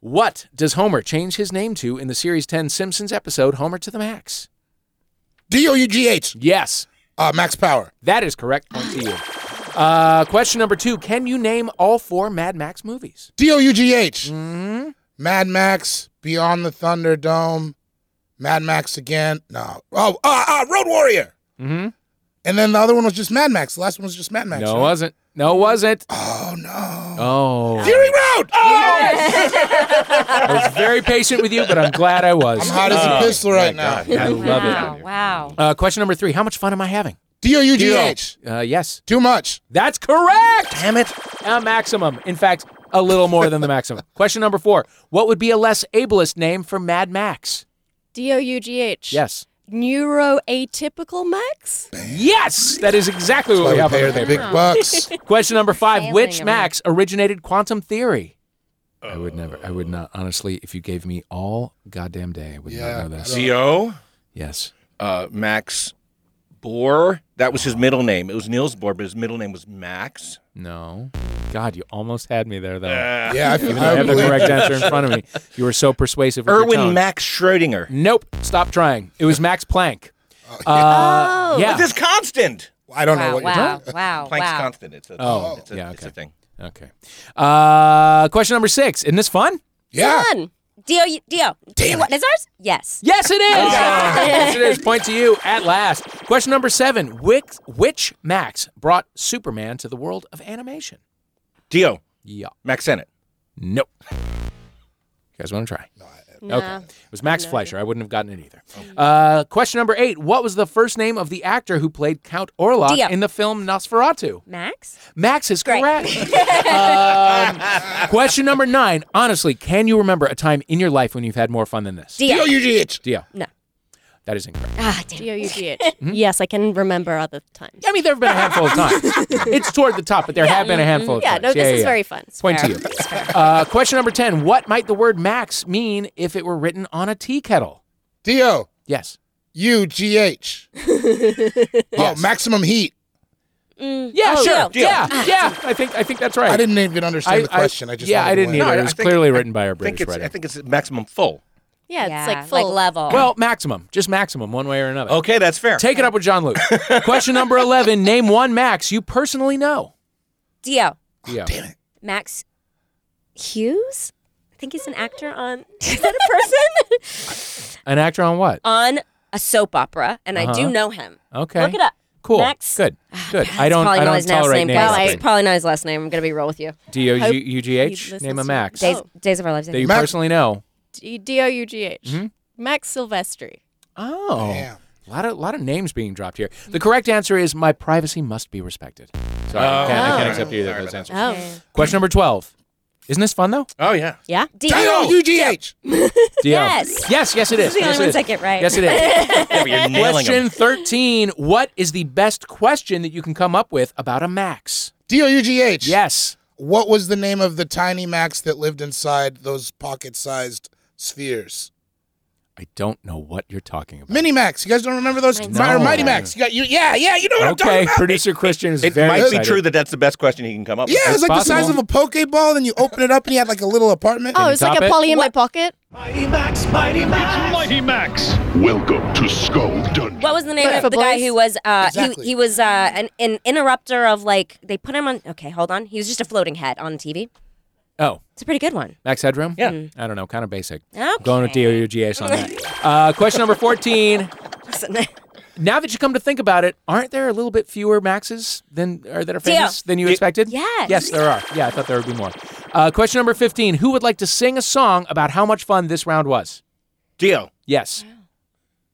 Speaker 1: What does Homer change his name to in the Series 10 Simpsons episode Homer to the Max?
Speaker 4: D O U G H.
Speaker 1: Yes,
Speaker 4: Uh, Max Power.
Speaker 1: that is correct. Point to you. Uh, question number two Can you name all four Mad Max movies?
Speaker 4: D O U G H.
Speaker 1: Mm-hmm.
Speaker 4: Mad Max, Beyond the Thunderdome, Mad Max again. No. Oh, uh, uh, Road Warrior.
Speaker 1: Mhm.
Speaker 4: And then the other one was just Mad Max. The last one was just Mad Max.
Speaker 1: No, it
Speaker 4: right?
Speaker 1: wasn't. No, it wasn't.
Speaker 4: Oh, no.
Speaker 1: Oh.
Speaker 4: Fury Road.
Speaker 1: I was very patient with you, but I'm glad I was.
Speaker 4: I'm hot as
Speaker 2: Oh,
Speaker 4: a pistol right
Speaker 2: my
Speaker 4: now.
Speaker 2: God.
Speaker 1: I love it.
Speaker 3: wow, Oh, wow.
Speaker 1: Uh, question number three How much fun am I having?
Speaker 4: D O U G H.
Speaker 1: Uh, yes,
Speaker 4: Too much.
Speaker 1: that's correct.
Speaker 2: Damn it.
Speaker 1: a maximum. In fact, a little more than the maximum. Question number four What would be a less ableist name for Mad Max?
Speaker 5: D O U G H.
Speaker 1: Yes.
Speaker 5: neuroatypical Max?
Speaker 1: Yes, that is exactly what
Speaker 4: Why
Speaker 1: we
Speaker 4: we
Speaker 1: have on
Speaker 4: pay her
Speaker 1: the
Speaker 4: the
Speaker 1: paper.
Speaker 4: big bucks.
Speaker 1: Question number five:
Speaker 3: Failing
Speaker 1: Which
Speaker 3: them.
Speaker 1: Max originated quantum theory? I would never. I would not. Honestly, if you gave me all goddamn day, I would
Speaker 4: Yeah,
Speaker 1: not know this.
Speaker 2: Zio,
Speaker 1: Yes.
Speaker 2: uh, Max Bohr. That was his middle name. It was Niels Bohr, but his middle name was Max.
Speaker 1: No. God, you almost had me there, though.
Speaker 4: Yeah, I,
Speaker 1: Even though I have the
Speaker 4: believe-
Speaker 1: correct answer in front of me. You were so persuasive. With your
Speaker 2: Erwin
Speaker 1: tone.
Speaker 2: Max Schrodinger.
Speaker 1: Nope. Stop trying. It was Max Planck.
Speaker 4: Oh,
Speaker 1: Uh, yeah.
Speaker 2: It's his constant.
Speaker 4: I don't know
Speaker 3: Wow,
Speaker 4: what you're
Speaker 3: wow, wow,
Speaker 2: Planck's
Speaker 3: wow.
Speaker 2: constant. It's a,
Speaker 1: Oh,
Speaker 2: it's a,
Speaker 1: yeah,
Speaker 2: it's a
Speaker 1: okay.
Speaker 2: thing.
Speaker 1: Okay. Uh, question number six. Isn't this fun?
Speaker 4: Yeah.
Speaker 5: Fun.
Speaker 3: Dio, you- Dio.
Speaker 4: Damn
Speaker 3: you want-
Speaker 4: it.
Speaker 3: Is ours? Yes.
Speaker 1: Yes, it is. yes, it is. Point to you at last. Question number seven. Which, which Max brought Superman to the world of animation?
Speaker 2: Dio,
Speaker 1: Yeah.
Speaker 2: Max Sennett.
Speaker 1: Nope. You guys want to try?
Speaker 5: Nah.
Speaker 1: Okay. It was Max Fleischer. I wouldn't have gotten it either. Uh, question number eight. What was the first name of the actor who played Count Orlok
Speaker 3: Dio.
Speaker 1: in the film Nosferatu?
Speaker 3: Max?
Speaker 1: Max is
Speaker 3: Great.
Speaker 1: correct. um, question number nine. Honestly, can you remember a time in your life when you've had more fun than this?
Speaker 3: Dio.
Speaker 4: D-O-U-G-H.
Speaker 1: Dio.
Speaker 3: No.
Speaker 1: That is incorrect.
Speaker 3: Ah, damn.
Speaker 5: D-O-U-G-H.
Speaker 2: Hmm?
Speaker 5: Yes, I can remember other times.
Speaker 1: I mean, there have been a handful of times. it's toward the top, but there have been a handful of
Speaker 5: Yeah,
Speaker 1: times.
Speaker 5: no, this is very fun.
Speaker 1: Point to you. Uh, question number 10. What might the word Max mean if it were written on a tea kettle?
Speaker 4: D-O-U-G-H.
Speaker 1: Yes.
Speaker 4: Oh, maximum heat.
Speaker 1: Yeah,
Speaker 3: Oh,
Speaker 1: sure.
Speaker 3: Dio.
Speaker 1: Yeah, yeah. I think I think that's right.
Speaker 4: I didn't even understand the question. I, just
Speaker 1: yeah,
Speaker 4: wanted
Speaker 1: I
Speaker 4: to
Speaker 1: didn't
Speaker 4: win.
Speaker 1: either.
Speaker 2: No,
Speaker 1: it
Speaker 2: I
Speaker 1: was
Speaker 2: think-
Speaker 1: clearly written by
Speaker 2: I
Speaker 1: our
Speaker 2: think,
Speaker 1: British
Speaker 2: it's, I
Speaker 1: writer.
Speaker 2: think it's maximum full.
Speaker 5: Yeah, it's
Speaker 3: Yeah,
Speaker 5: like full.
Speaker 3: level.
Speaker 1: Well, maximum, just maximum, one way or another.
Speaker 2: Okay, that's fair.
Speaker 1: Take it up with John Luke. Question number 11. Name one Max you personally know.
Speaker 3: Dio.
Speaker 2: Oh,
Speaker 1: Yeah.
Speaker 3: Max Hughes? I think he's an actor on. Is that a person?
Speaker 1: An actor on what?
Speaker 3: on a soap opera, and I do know him.
Speaker 1: Uh-huh.
Speaker 3: Ah,
Speaker 1: Okay.
Speaker 3: Look it up.
Speaker 1: Cool.
Speaker 3: Max.
Speaker 1: Good. Good.
Speaker 3: That's
Speaker 1: I don't
Speaker 3: probably
Speaker 1: I
Speaker 3: not
Speaker 1: don't
Speaker 3: his last
Speaker 1: tolerate
Speaker 3: name.
Speaker 1: names.
Speaker 3: Probably,
Speaker 1: up
Speaker 3: it's probably not his last name. I'm gonna be real with you.
Speaker 1: in- D O
Speaker 5: hope
Speaker 1: U U G
Speaker 5: he
Speaker 1: H.
Speaker 5: listens
Speaker 1: Name a
Speaker 5: to
Speaker 1: Max.
Speaker 5: it.
Speaker 3: Days,
Speaker 5: Oh.
Speaker 3: Days of Our Lives. I
Speaker 1: That you
Speaker 3: think.
Speaker 4: Max-
Speaker 1: personally know.
Speaker 5: D- D-O-U-G-H.
Speaker 2: Hmm?
Speaker 5: Max Silvestri.
Speaker 1: Oh.
Speaker 4: Damn.
Speaker 1: A lot of lot of names being dropped here. The correct answer is my privacy must be respected. Sorry, I, can't, I
Speaker 2: Oh.
Speaker 1: can't accept either of
Speaker 2: Sorry
Speaker 1: those
Speaker 2: about
Speaker 1: answers.
Speaker 5: Oh.
Speaker 1: Question number twelve. Isn't this fun though?
Speaker 2: Oh, yeah.
Speaker 3: Ah,
Speaker 5: Yeah?
Speaker 3: Dio.
Speaker 4: D-O-U-G-H.
Speaker 1: Dio.
Speaker 3: Yes.
Speaker 1: Yes, yes it is.
Speaker 3: This is the
Speaker 1: yes,
Speaker 3: only
Speaker 1: it
Speaker 3: one
Speaker 1: is.
Speaker 3: that get right.
Speaker 1: Yes, it is.
Speaker 2: Yeah, but you're nailing
Speaker 1: Question
Speaker 2: them.
Speaker 1: 13. What is the best question that you can come up with about a max?
Speaker 4: D-O-U-G-H.
Speaker 1: Yes.
Speaker 4: What was the name of the tiny Max that lived inside those pocket-sized spheres?
Speaker 1: I don't know what you're talking about.
Speaker 4: Mini Max. You guys don't remember those?
Speaker 1: No.
Speaker 4: Or Mighty Max. You got you. Yeah, yeah. You know what I'm talking
Speaker 1: Okay,
Speaker 4: about.
Speaker 1: producer Christian is
Speaker 2: It
Speaker 1: very
Speaker 2: might
Speaker 1: excited.
Speaker 2: be true that that's the best question he can come up
Speaker 4: Yeah, it
Speaker 2: with.
Speaker 4: was like the size of
Speaker 1: possible.
Speaker 4: a Pokeball. Then you open it up and you had like a little apartment.
Speaker 5: Oh,
Speaker 1: you
Speaker 5: it's like
Speaker 1: top
Speaker 5: a
Speaker 1: it?
Speaker 5: Polly in my pocket.
Speaker 6: Mighty Max, Mighty Max, Mighty Max. Welcome to Skull Dungeon.
Speaker 3: What was the name
Speaker 5: But
Speaker 3: of
Speaker 5: for
Speaker 3: the guy
Speaker 5: boys-
Speaker 3: who was? Uh,
Speaker 4: Exactly.
Speaker 3: He he was uh, an, an interrupter of like they put him on. Okay, hold on. He was just a floating head on TV.
Speaker 1: Oh,
Speaker 3: It's a pretty good one.
Speaker 1: Max Headroom?
Speaker 2: Yeah.
Speaker 1: I don't know, kind of basic.
Speaker 3: Okay.
Speaker 1: Going with DOUGH on that. Uh, question number 14. Now that you come to think about it, aren't there a little bit fewer maxes than or that are
Speaker 3: Deal.
Speaker 1: famous than you
Speaker 2: Ye-
Speaker 1: expected?
Speaker 3: Yes.
Speaker 1: Yes, there are. Yeah, I thought there would be more. Uh, question number 15. Who would like to sing a song about how much fun this round was?
Speaker 2: Dio.
Speaker 1: Yes.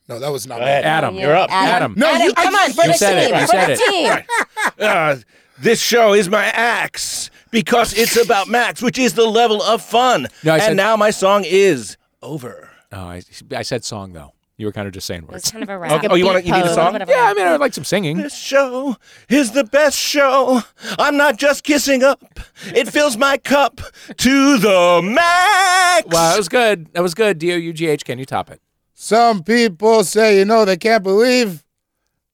Speaker 4: No, that was not.
Speaker 2: Go ahead.
Speaker 1: Adam.
Speaker 2: You're up.
Speaker 1: Adam.
Speaker 4: No, you-
Speaker 3: come
Speaker 4: I-
Speaker 3: on. for
Speaker 4: you
Speaker 3: the
Speaker 1: said it,
Speaker 3: team,
Speaker 1: you
Speaker 3: for
Speaker 1: said
Speaker 3: the
Speaker 1: it.
Speaker 3: team.
Speaker 2: Uh, this show is my axe because it's about Max, which is the level of fun.
Speaker 1: No, I
Speaker 2: and
Speaker 1: said-
Speaker 2: now my song is over.
Speaker 1: Oh, I, I said song, though. You were kind of just saying
Speaker 3: It's
Speaker 1: words.
Speaker 3: kind of a wrap.
Speaker 2: Okay. Oh, you want
Speaker 5: beat
Speaker 2: you need a
Speaker 5: poem.
Speaker 2: song?
Speaker 1: Yeah, I mean, I would like some singing.
Speaker 2: This show is the best show. I'm not just kissing up. It fills my cup to the max.
Speaker 1: Wow, that was good. That was good. D-O-U-G-H, can you top it?
Speaker 4: Some people say, you know, they can't believe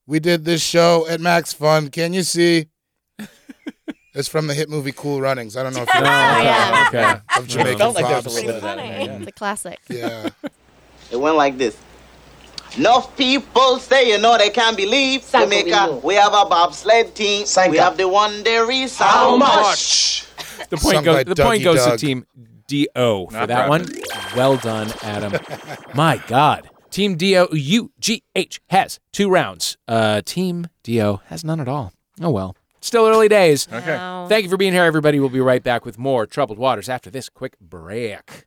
Speaker 4: we did this show at Max Fun. Can you see? It's from the hit movie Cool Runnings. I don't know if you know
Speaker 5: Oh,
Speaker 7: Oh,
Speaker 5: yeah.
Speaker 1: Okay.
Speaker 4: of Jamaican
Speaker 2: felt like there was a
Speaker 4: Fobs.
Speaker 2: little bit of that in there,
Speaker 5: It's a classic.
Speaker 4: Yeah.
Speaker 7: It went like this. Enough people say you know they can't believe Jamaica. We have a bobsled team. We have the one day race. How much?
Speaker 1: The point
Speaker 4: Sung
Speaker 1: goes.
Speaker 4: by
Speaker 1: The point
Speaker 4: Dougie
Speaker 1: goes to
Speaker 4: Doug.
Speaker 1: Team Do for
Speaker 2: Not
Speaker 1: that
Speaker 2: proud
Speaker 1: one.
Speaker 2: of
Speaker 1: Well done, Adam. My God, Team Do U G H has two rounds. Uh, Team Do has none at all. Oh well, still early days. Okay. Thank you for being here, everybody. We'll be right back with more troubled waters after this quick break.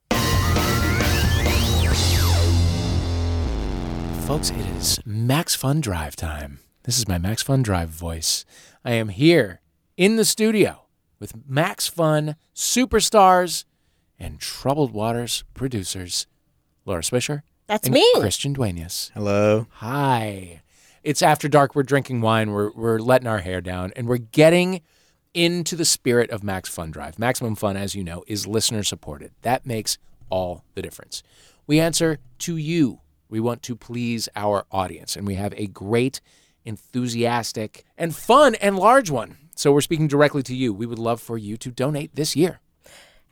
Speaker 1: Folks, it is Max Fun Drive time. This is my Max Fun Drive voice. I am here in the studio with Max Fun superstars and Troubled Waters producers, Laura Swisher
Speaker 5: That's
Speaker 1: and
Speaker 5: me.
Speaker 1: Christian Duenas.
Speaker 8: Hello.
Speaker 1: Hi. It's after dark. We're drinking wine. We're, we're letting our hair down and we're getting into the spirit of Max Fun Drive. Maximum Fun, as you know, is listener supported. That makes all the difference. We answer to you. We want to please our audience and we have a great, enthusiastic, and fun and large one. So we're speaking directly to you. We would love for you to donate this year.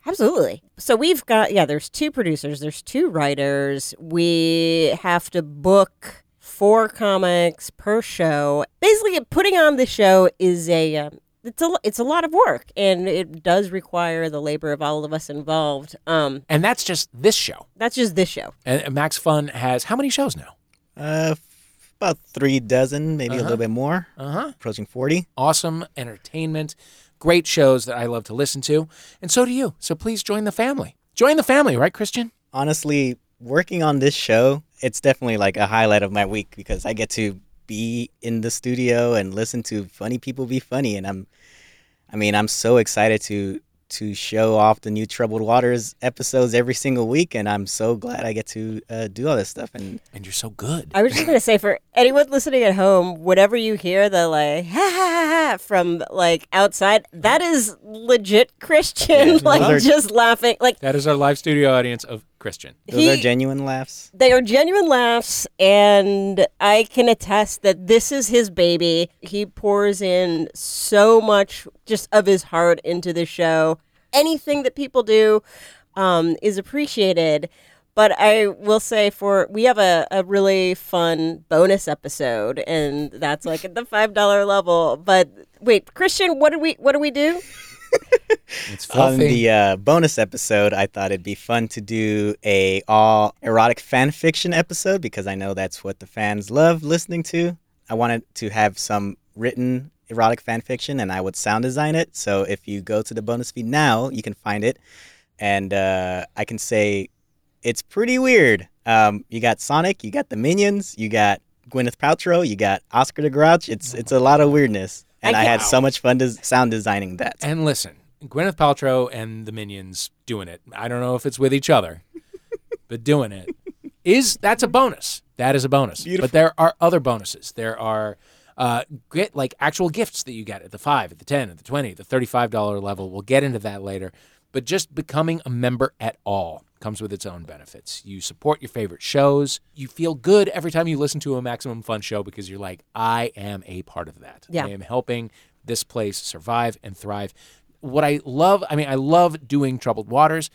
Speaker 9: Absolutely. So we've got yeah, there's two producers, there's two writers. We have to book four comics per show. Basically, putting on the show is a um, it's a it's a lot of work, and it does require the labor of all of us involved. Um,
Speaker 1: And that's just this show.
Speaker 9: that's just this show.
Speaker 1: And and Max Fun has how many shows now?
Speaker 8: Uh, f- about three dozen, maybe
Speaker 1: Uh-huh.
Speaker 8: a little bit more. Uh huh. Approaching forty.
Speaker 1: awesome entertainment, great shows that I love to listen to, and so do you. So please join the family. Join the family, right, Christian?
Speaker 8: Honestly, working on this show, it's definitely like a highlight of my week because I get to be in the studio and listen to funny people be funny, and I'm, I mean, I'm so excited to to show off the new Troubled Waters episodes every single week, and I'm so glad I get to uh, do all this stuff. And
Speaker 1: And you're so good.
Speaker 9: I was just gonna say for anyone listening at home, whenever you hear the like ha ha ha, ha from like outside, that is legit Christian like
Speaker 8: Those are-
Speaker 9: just laughing. Like
Speaker 1: That is our live studio audience of Christian.
Speaker 8: those
Speaker 9: he,
Speaker 8: are genuine laughs.
Speaker 9: they are genuine laughs, and I can attest that this is his baby. He pours in so much just of his heart into the show. Anything that people do um, is appreciated. But I will say, for we have a, a really fun bonus episode, and that's like at the five dollar level. But wait, Christian, what do we what do we do?
Speaker 1: It's
Speaker 8: on
Speaker 1: filthy.
Speaker 8: the uh, bonus episode, I thought it'd be fun to do a all erotic fan fiction episode because I know that's what the fans love listening to. I wanted to have some written erotic fan fiction, and I would sound design it. So if you go to the bonus feed now, you can find it, and uh, I can say it's pretty weird. Um, you got Sonic, you got the Minions, you got Gwyneth Paltrow, you got Oscar the Grouch. It's it's a lot of weirdness, and I, had so much fun des- sound designing that.
Speaker 1: and listen, Gwyneth Paltrow and the Minions doing it. I don't know if it's with each other, but doing it is that's a bonus. That is a bonus. But there are other bonuses. There are uh, get like actual gifts that you get at the five, at the ten, at the twenty, the thirty-five dollar level. We'll get into that later. But just becoming a member at all comes with its own benefits. You support your favorite shows. You feel good every time you listen to a Maximum Fun show because you're like, I am a part of that.
Speaker 9: Yeah.
Speaker 1: I am helping this place survive and thrive. What I love, I mean, I love doing Troubled Waters.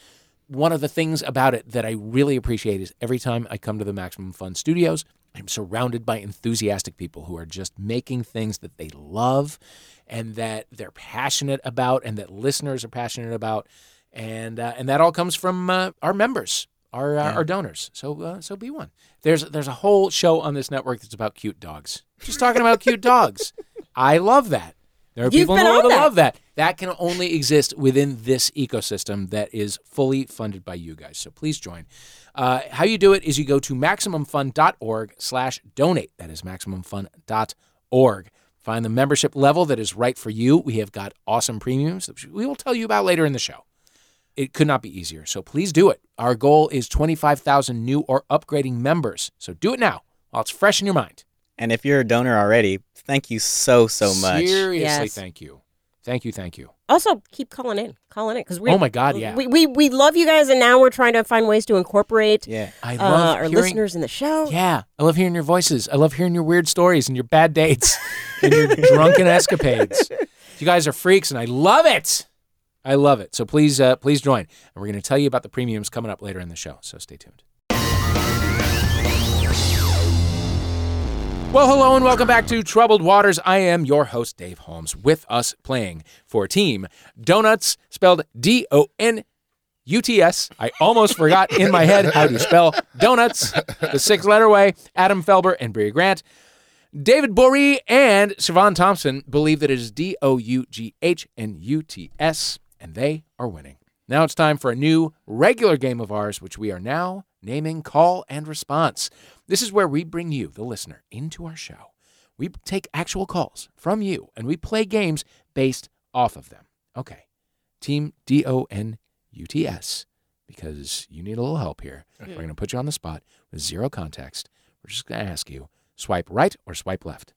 Speaker 1: One of the things about it that I really appreciate is every time I come to the Maximum Fun studios, I'm surrounded by enthusiastic people who are just making things that they love and that they're passionate about and that listeners are passionate about. And, uh, and that all comes from uh, our members are uh, are donors. So uh, so be one. There's there's a whole show on this network that's about cute dogs. Just talking about cute dogs. I love that. There are
Speaker 9: You've
Speaker 1: people in the
Speaker 9: been
Speaker 1: world
Speaker 9: on
Speaker 1: that
Speaker 9: that.
Speaker 1: love that. That can only exist within this ecosystem that is fully funded by you guys. So please join. Uh, how you do it is you go to maximumfund.org slash donate. That is maximumfund.org. Find the membership level that is right for you. We have got awesome premiums, which we will tell you about later in the show. It could not be easier. So please do it. Our goal is 25,000 new or upgrading members. So do it now while it's fresh in your mind.
Speaker 8: And if you're a donor already, thank you so so much.
Speaker 1: Seriously,
Speaker 9: Yes.
Speaker 1: thank you. Thank you, thank you.
Speaker 9: Also, keep calling in, calling in because we.
Speaker 1: Oh my God, yeah.
Speaker 9: We, we we love you guys, and now we're trying to find ways to incorporate
Speaker 8: Yeah.
Speaker 1: I
Speaker 9: uh,
Speaker 1: love
Speaker 9: our
Speaker 1: hearing,
Speaker 9: listeners in the show.
Speaker 1: Yeah, I love hearing your voices. I love hearing your weird stories and your bad dates and your drunken escapades. You guys are freaks, and I love it. I love it. So please, uh, please join, and we're going to tell you about the premiums coming up later in the show. So stay tuned. Well, hello and welcome back to Troubled Waters. I am your host, Dave Holmes, with us playing for Team Donuts, spelled D O N UTS. I almost forgot in my head how to spell donuts. The six letter way. Adam Felber and Bria Grant. David Boree and Siobhan Thompson believe that it is D O U G H and U T S, and they are winning. Now it's time for a new regular game of ours, which we are now naming Call and Response. This is where we bring you, the listener, into our show. We take actual calls from you and we play games based off of them. Okay. Team D O N U T S because you need a little help here. We're going to put you on the spot with zero context. We're just going to ask you swipe right or swipe left.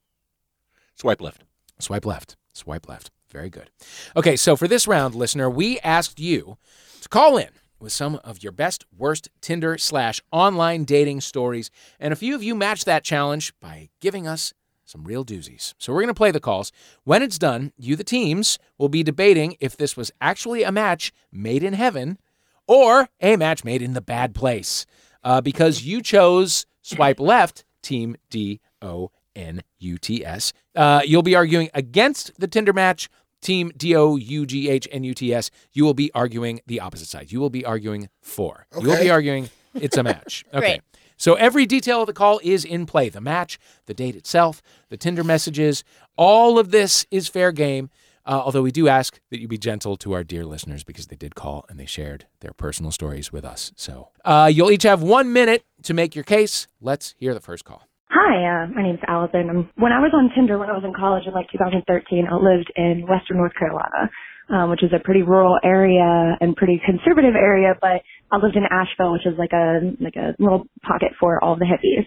Speaker 2: Swipe left.
Speaker 1: Swipe left. Swipe left. Very good. Okay, so for this round, listener, we asked you to call in with some of your best, worst Tinder slash online dating stories. And a few of you matched that challenge by giving us some real doozies. So we're going to play the calls. When it's done, you, the teams, will be debating if this was actually a match made in heaven or a match made in the bad place uh, because you chose swipe left, team D O N U T S. Uh, you'll be arguing against the Tinder match, team D O U G H N U T S. You will be arguing the opposite side. You will be arguing for. You will be
Speaker 4: Okay.
Speaker 1: arguing it's a match. Okay.
Speaker 3: Great.
Speaker 1: So every detail of the call is in play the match, the date itself, the Tinder messages. All of this is fair game. Uh, although we do ask that you be gentle to our dear listeners because they did call and they shared their personal stories with us. So uh, you'll each have one minute to make your case. Let's hear the first call.
Speaker 10: Hi, uh, my name's Allison. Um, when I was on Tinder when I was in college in like 2013, I lived in Western North Carolina, um, which is a pretty rural area and pretty conservative area, but I lived in Asheville, which is like a, like a little pocket for all the hippies.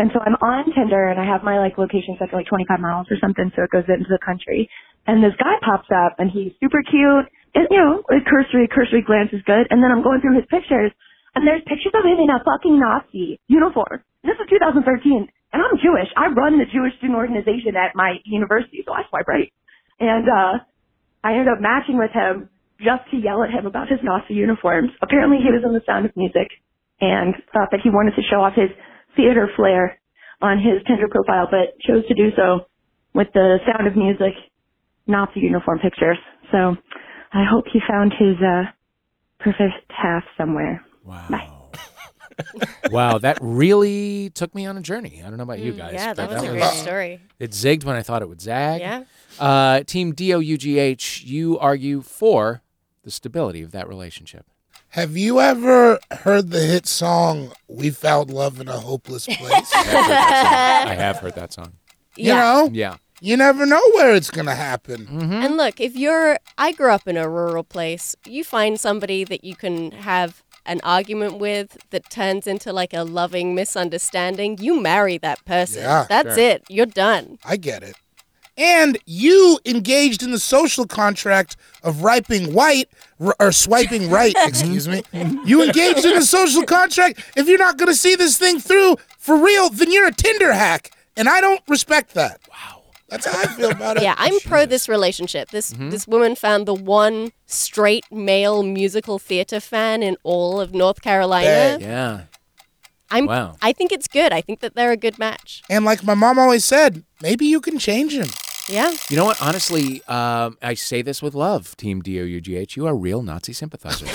Speaker 10: And so I'm on Tinder and I have my like location set to like 25 miles or something, so it goes into the country. And this guy pops up and he's super cute. And, you know, a cursory, cursory glance is good. And then I'm going through his pictures and there's pictures of him in a fucking Nazi uniform. This is 2013 and I'm Jewish. I run the Jewish student organization at my university, so I swipe right. And, uh, I ended up matching with him just to yell at him about his Nazi uniforms. Apparently he was in the sound of music and thought that he wanted to show off his theater flair on his Tinder profile, but chose to do so with the sound of music, Nazi uniform pictures. So I hope he found his uh, perfect half somewhere.
Speaker 1: Wow. wow, that really took me on a journey. I don't know about you guys.
Speaker 5: Mm, yeah,
Speaker 1: but
Speaker 5: that was a
Speaker 1: that
Speaker 5: great
Speaker 1: was-
Speaker 5: story.
Speaker 1: It zigged when I thought it would zag.
Speaker 5: Yeah.
Speaker 1: Uh, team D O U G H, you argue for the stability of that relationship.
Speaker 4: Have you ever heard the hit song "We Found Love in a Hopeless Place"?
Speaker 1: I have heard that song.
Speaker 4: You know,
Speaker 1: Yeah.
Speaker 4: you never know where it's gonna happen.
Speaker 2: Hmm?
Speaker 5: And look, if you're, I grew up in a rural place, you find somebody that you can have an argument with that turns into like a loving misunderstanding, you marry that person.
Speaker 4: Yeah,
Speaker 5: That's it. You're done.
Speaker 4: I get it. And you engaged in the social contract of riping white r- or swiping right, excuse me. You engaged in the social contract. If you're not going to see this thing through for real, then you're a Tinder hack, and I don't respect that. Wow, that's how I feel about it. Oh, Mm-hmm.
Speaker 5: Yeah, I'm pro this relationship. This this woman found the one straight male musical theater fan in all of North Carolina.
Speaker 4: Dang.
Speaker 1: Yeah.
Speaker 5: I'm
Speaker 1: Wow.
Speaker 5: I think it's good. I think that they're a good match.
Speaker 4: And like my mom always said, maybe you can change him.
Speaker 5: Yeah.
Speaker 1: You know what? Honestly, um, I say this with love, Team D O U G H. You are real Nazi sympathizers.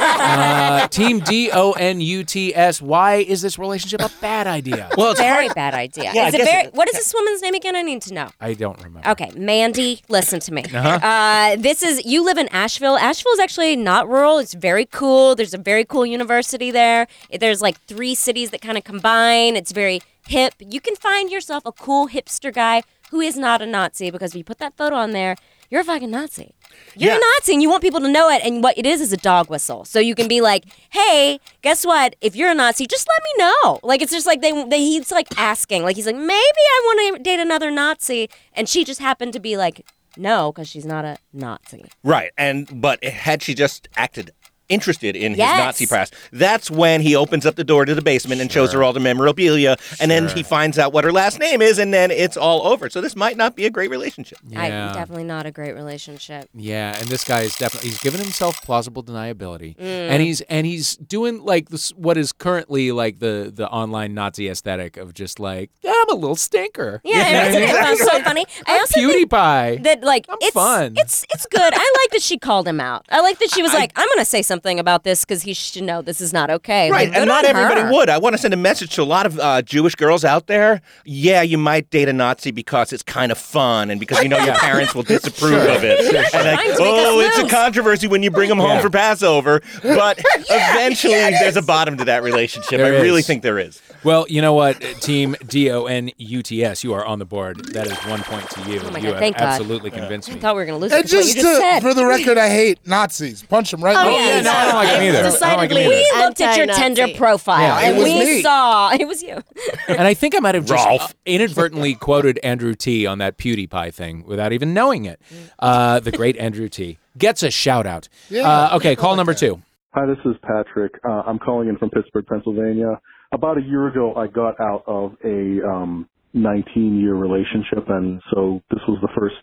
Speaker 1: uh, team D O N U T S. Why is this relationship a bad idea?
Speaker 2: Well, it's
Speaker 3: Very bad
Speaker 1: Uh,
Speaker 3: idea.
Speaker 2: Yeah, I
Speaker 3: Is it
Speaker 2: guess
Speaker 3: very,
Speaker 2: it-
Speaker 3: what is this woman's name again? I need to know.
Speaker 1: I don't remember.
Speaker 3: Okay, Mandy, listen to me. Uh, this is you live in Asheville. Asheville is actually not rural. It's very cool. There's a very cool university there. There's like three cities that kind of combine. It's very hip. You can find yourself a cool hipster guy who is not a Nazi because if you put that photo on there, you're a fucking Nazi. You're
Speaker 2: Yeah.
Speaker 3: a Nazi and you want people to know it. And what it is is a dog whistle. So you can be like, hey, guess what? If you're a Nazi, just let me know. Like, it's just like they, they he's like asking. Like, he's like, maybe I want to date another Nazi. And she just happened to be like, no, because she's not a Nazi.
Speaker 2: Right, and but had she just acted interested in his
Speaker 3: Yes.
Speaker 2: Nazi past, that's when he opens up the door to the basement and shows her all the memorabilia, and then he finds out what her last name is, and then it's all over. So this might not be a great relationship.
Speaker 3: I,
Speaker 1: Yeah.
Speaker 3: definitely not a great relationship.
Speaker 1: Yeah, and this guy is definitely he's given himself plausible
Speaker 3: Mm.
Speaker 1: deniability, and he's and he's doing like this what is currently like the the online Nazi aesthetic of just like "Yeah, I'm a little stinker.
Speaker 3: Yeah, and isn't it uh, so funny? I also
Speaker 1: Cutie
Speaker 3: think
Speaker 1: pie.
Speaker 3: that like
Speaker 1: I'm
Speaker 3: it's
Speaker 1: fun.
Speaker 3: it's it's good. I like that she called him out. I like that she was like, I'm gonna say something about this because he should know this is not okay. Like,
Speaker 2: Right,
Speaker 3: good
Speaker 2: and not
Speaker 3: on her.
Speaker 2: everybody would. I want to send a message to a lot of uh, Jewish girls out there. Yeah, you might date a Nazi because it's kind of fun and because you know your parents will disapprove of it. And like,
Speaker 3: Trying to make
Speaker 2: oh,
Speaker 3: us
Speaker 2: it's
Speaker 3: lose."
Speaker 2: a controversy when you bring them home
Speaker 1: Yeah.
Speaker 2: for Passover. But eventually, there's a bottom to that relationship.
Speaker 1: There
Speaker 2: I really
Speaker 1: is.
Speaker 2: think there is.
Speaker 1: Well, you know what, team D O N U T S, you are on the board. That is one point to you.
Speaker 3: Oh my
Speaker 1: you
Speaker 3: God,
Speaker 1: have
Speaker 3: thank God.
Speaker 1: absolutely convinced
Speaker 3: I
Speaker 1: me.
Speaker 3: thought we were going to lose it.
Speaker 4: And
Speaker 3: 'cause what
Speaker 4: just,
Speaker 3: you just
Speaker 4: to-
Speaker 3: said.
Speaker 4: for the record, I hate Nazis. Punch them right. in
Speaker 3: Oh,
Speaker 4: the
Speaker 3: yeah,
Speaker 4: face.
Speaker 1: no, I don't like him either. I don't like him
Speaker 5: Decidedly,
Speaker 1: either.
Speaker 3: we looked at your
Speaker 5: Anti-Nazi.
Speaker 3: Tinder profile
Speaker 1: Yeah, it
Speaker 3: and
Speaker 4: was
Speaker 3: we
Speaker 4: me.
Speaker 3: saw it was you.
Speaker 1: And I think I might have just
Speaker 2: Rolf.
Speaker 1: uh, inadvertently quoted Andrew T on that PewDiePie thing without even knowing it.
Speaker 3: Mm.
Speaker 1: Uh, the great Andrew T gets a shout out.
Speaker 4: Yeah.
Speaker 1: Uh, okay, call number two.
Speaker 11: Hi, this is Patrick. Uh, I'm calling in from Pittsburgh, Pennsylvania. About a year ago, I got out of a um, 19 year relationship, and so this was the first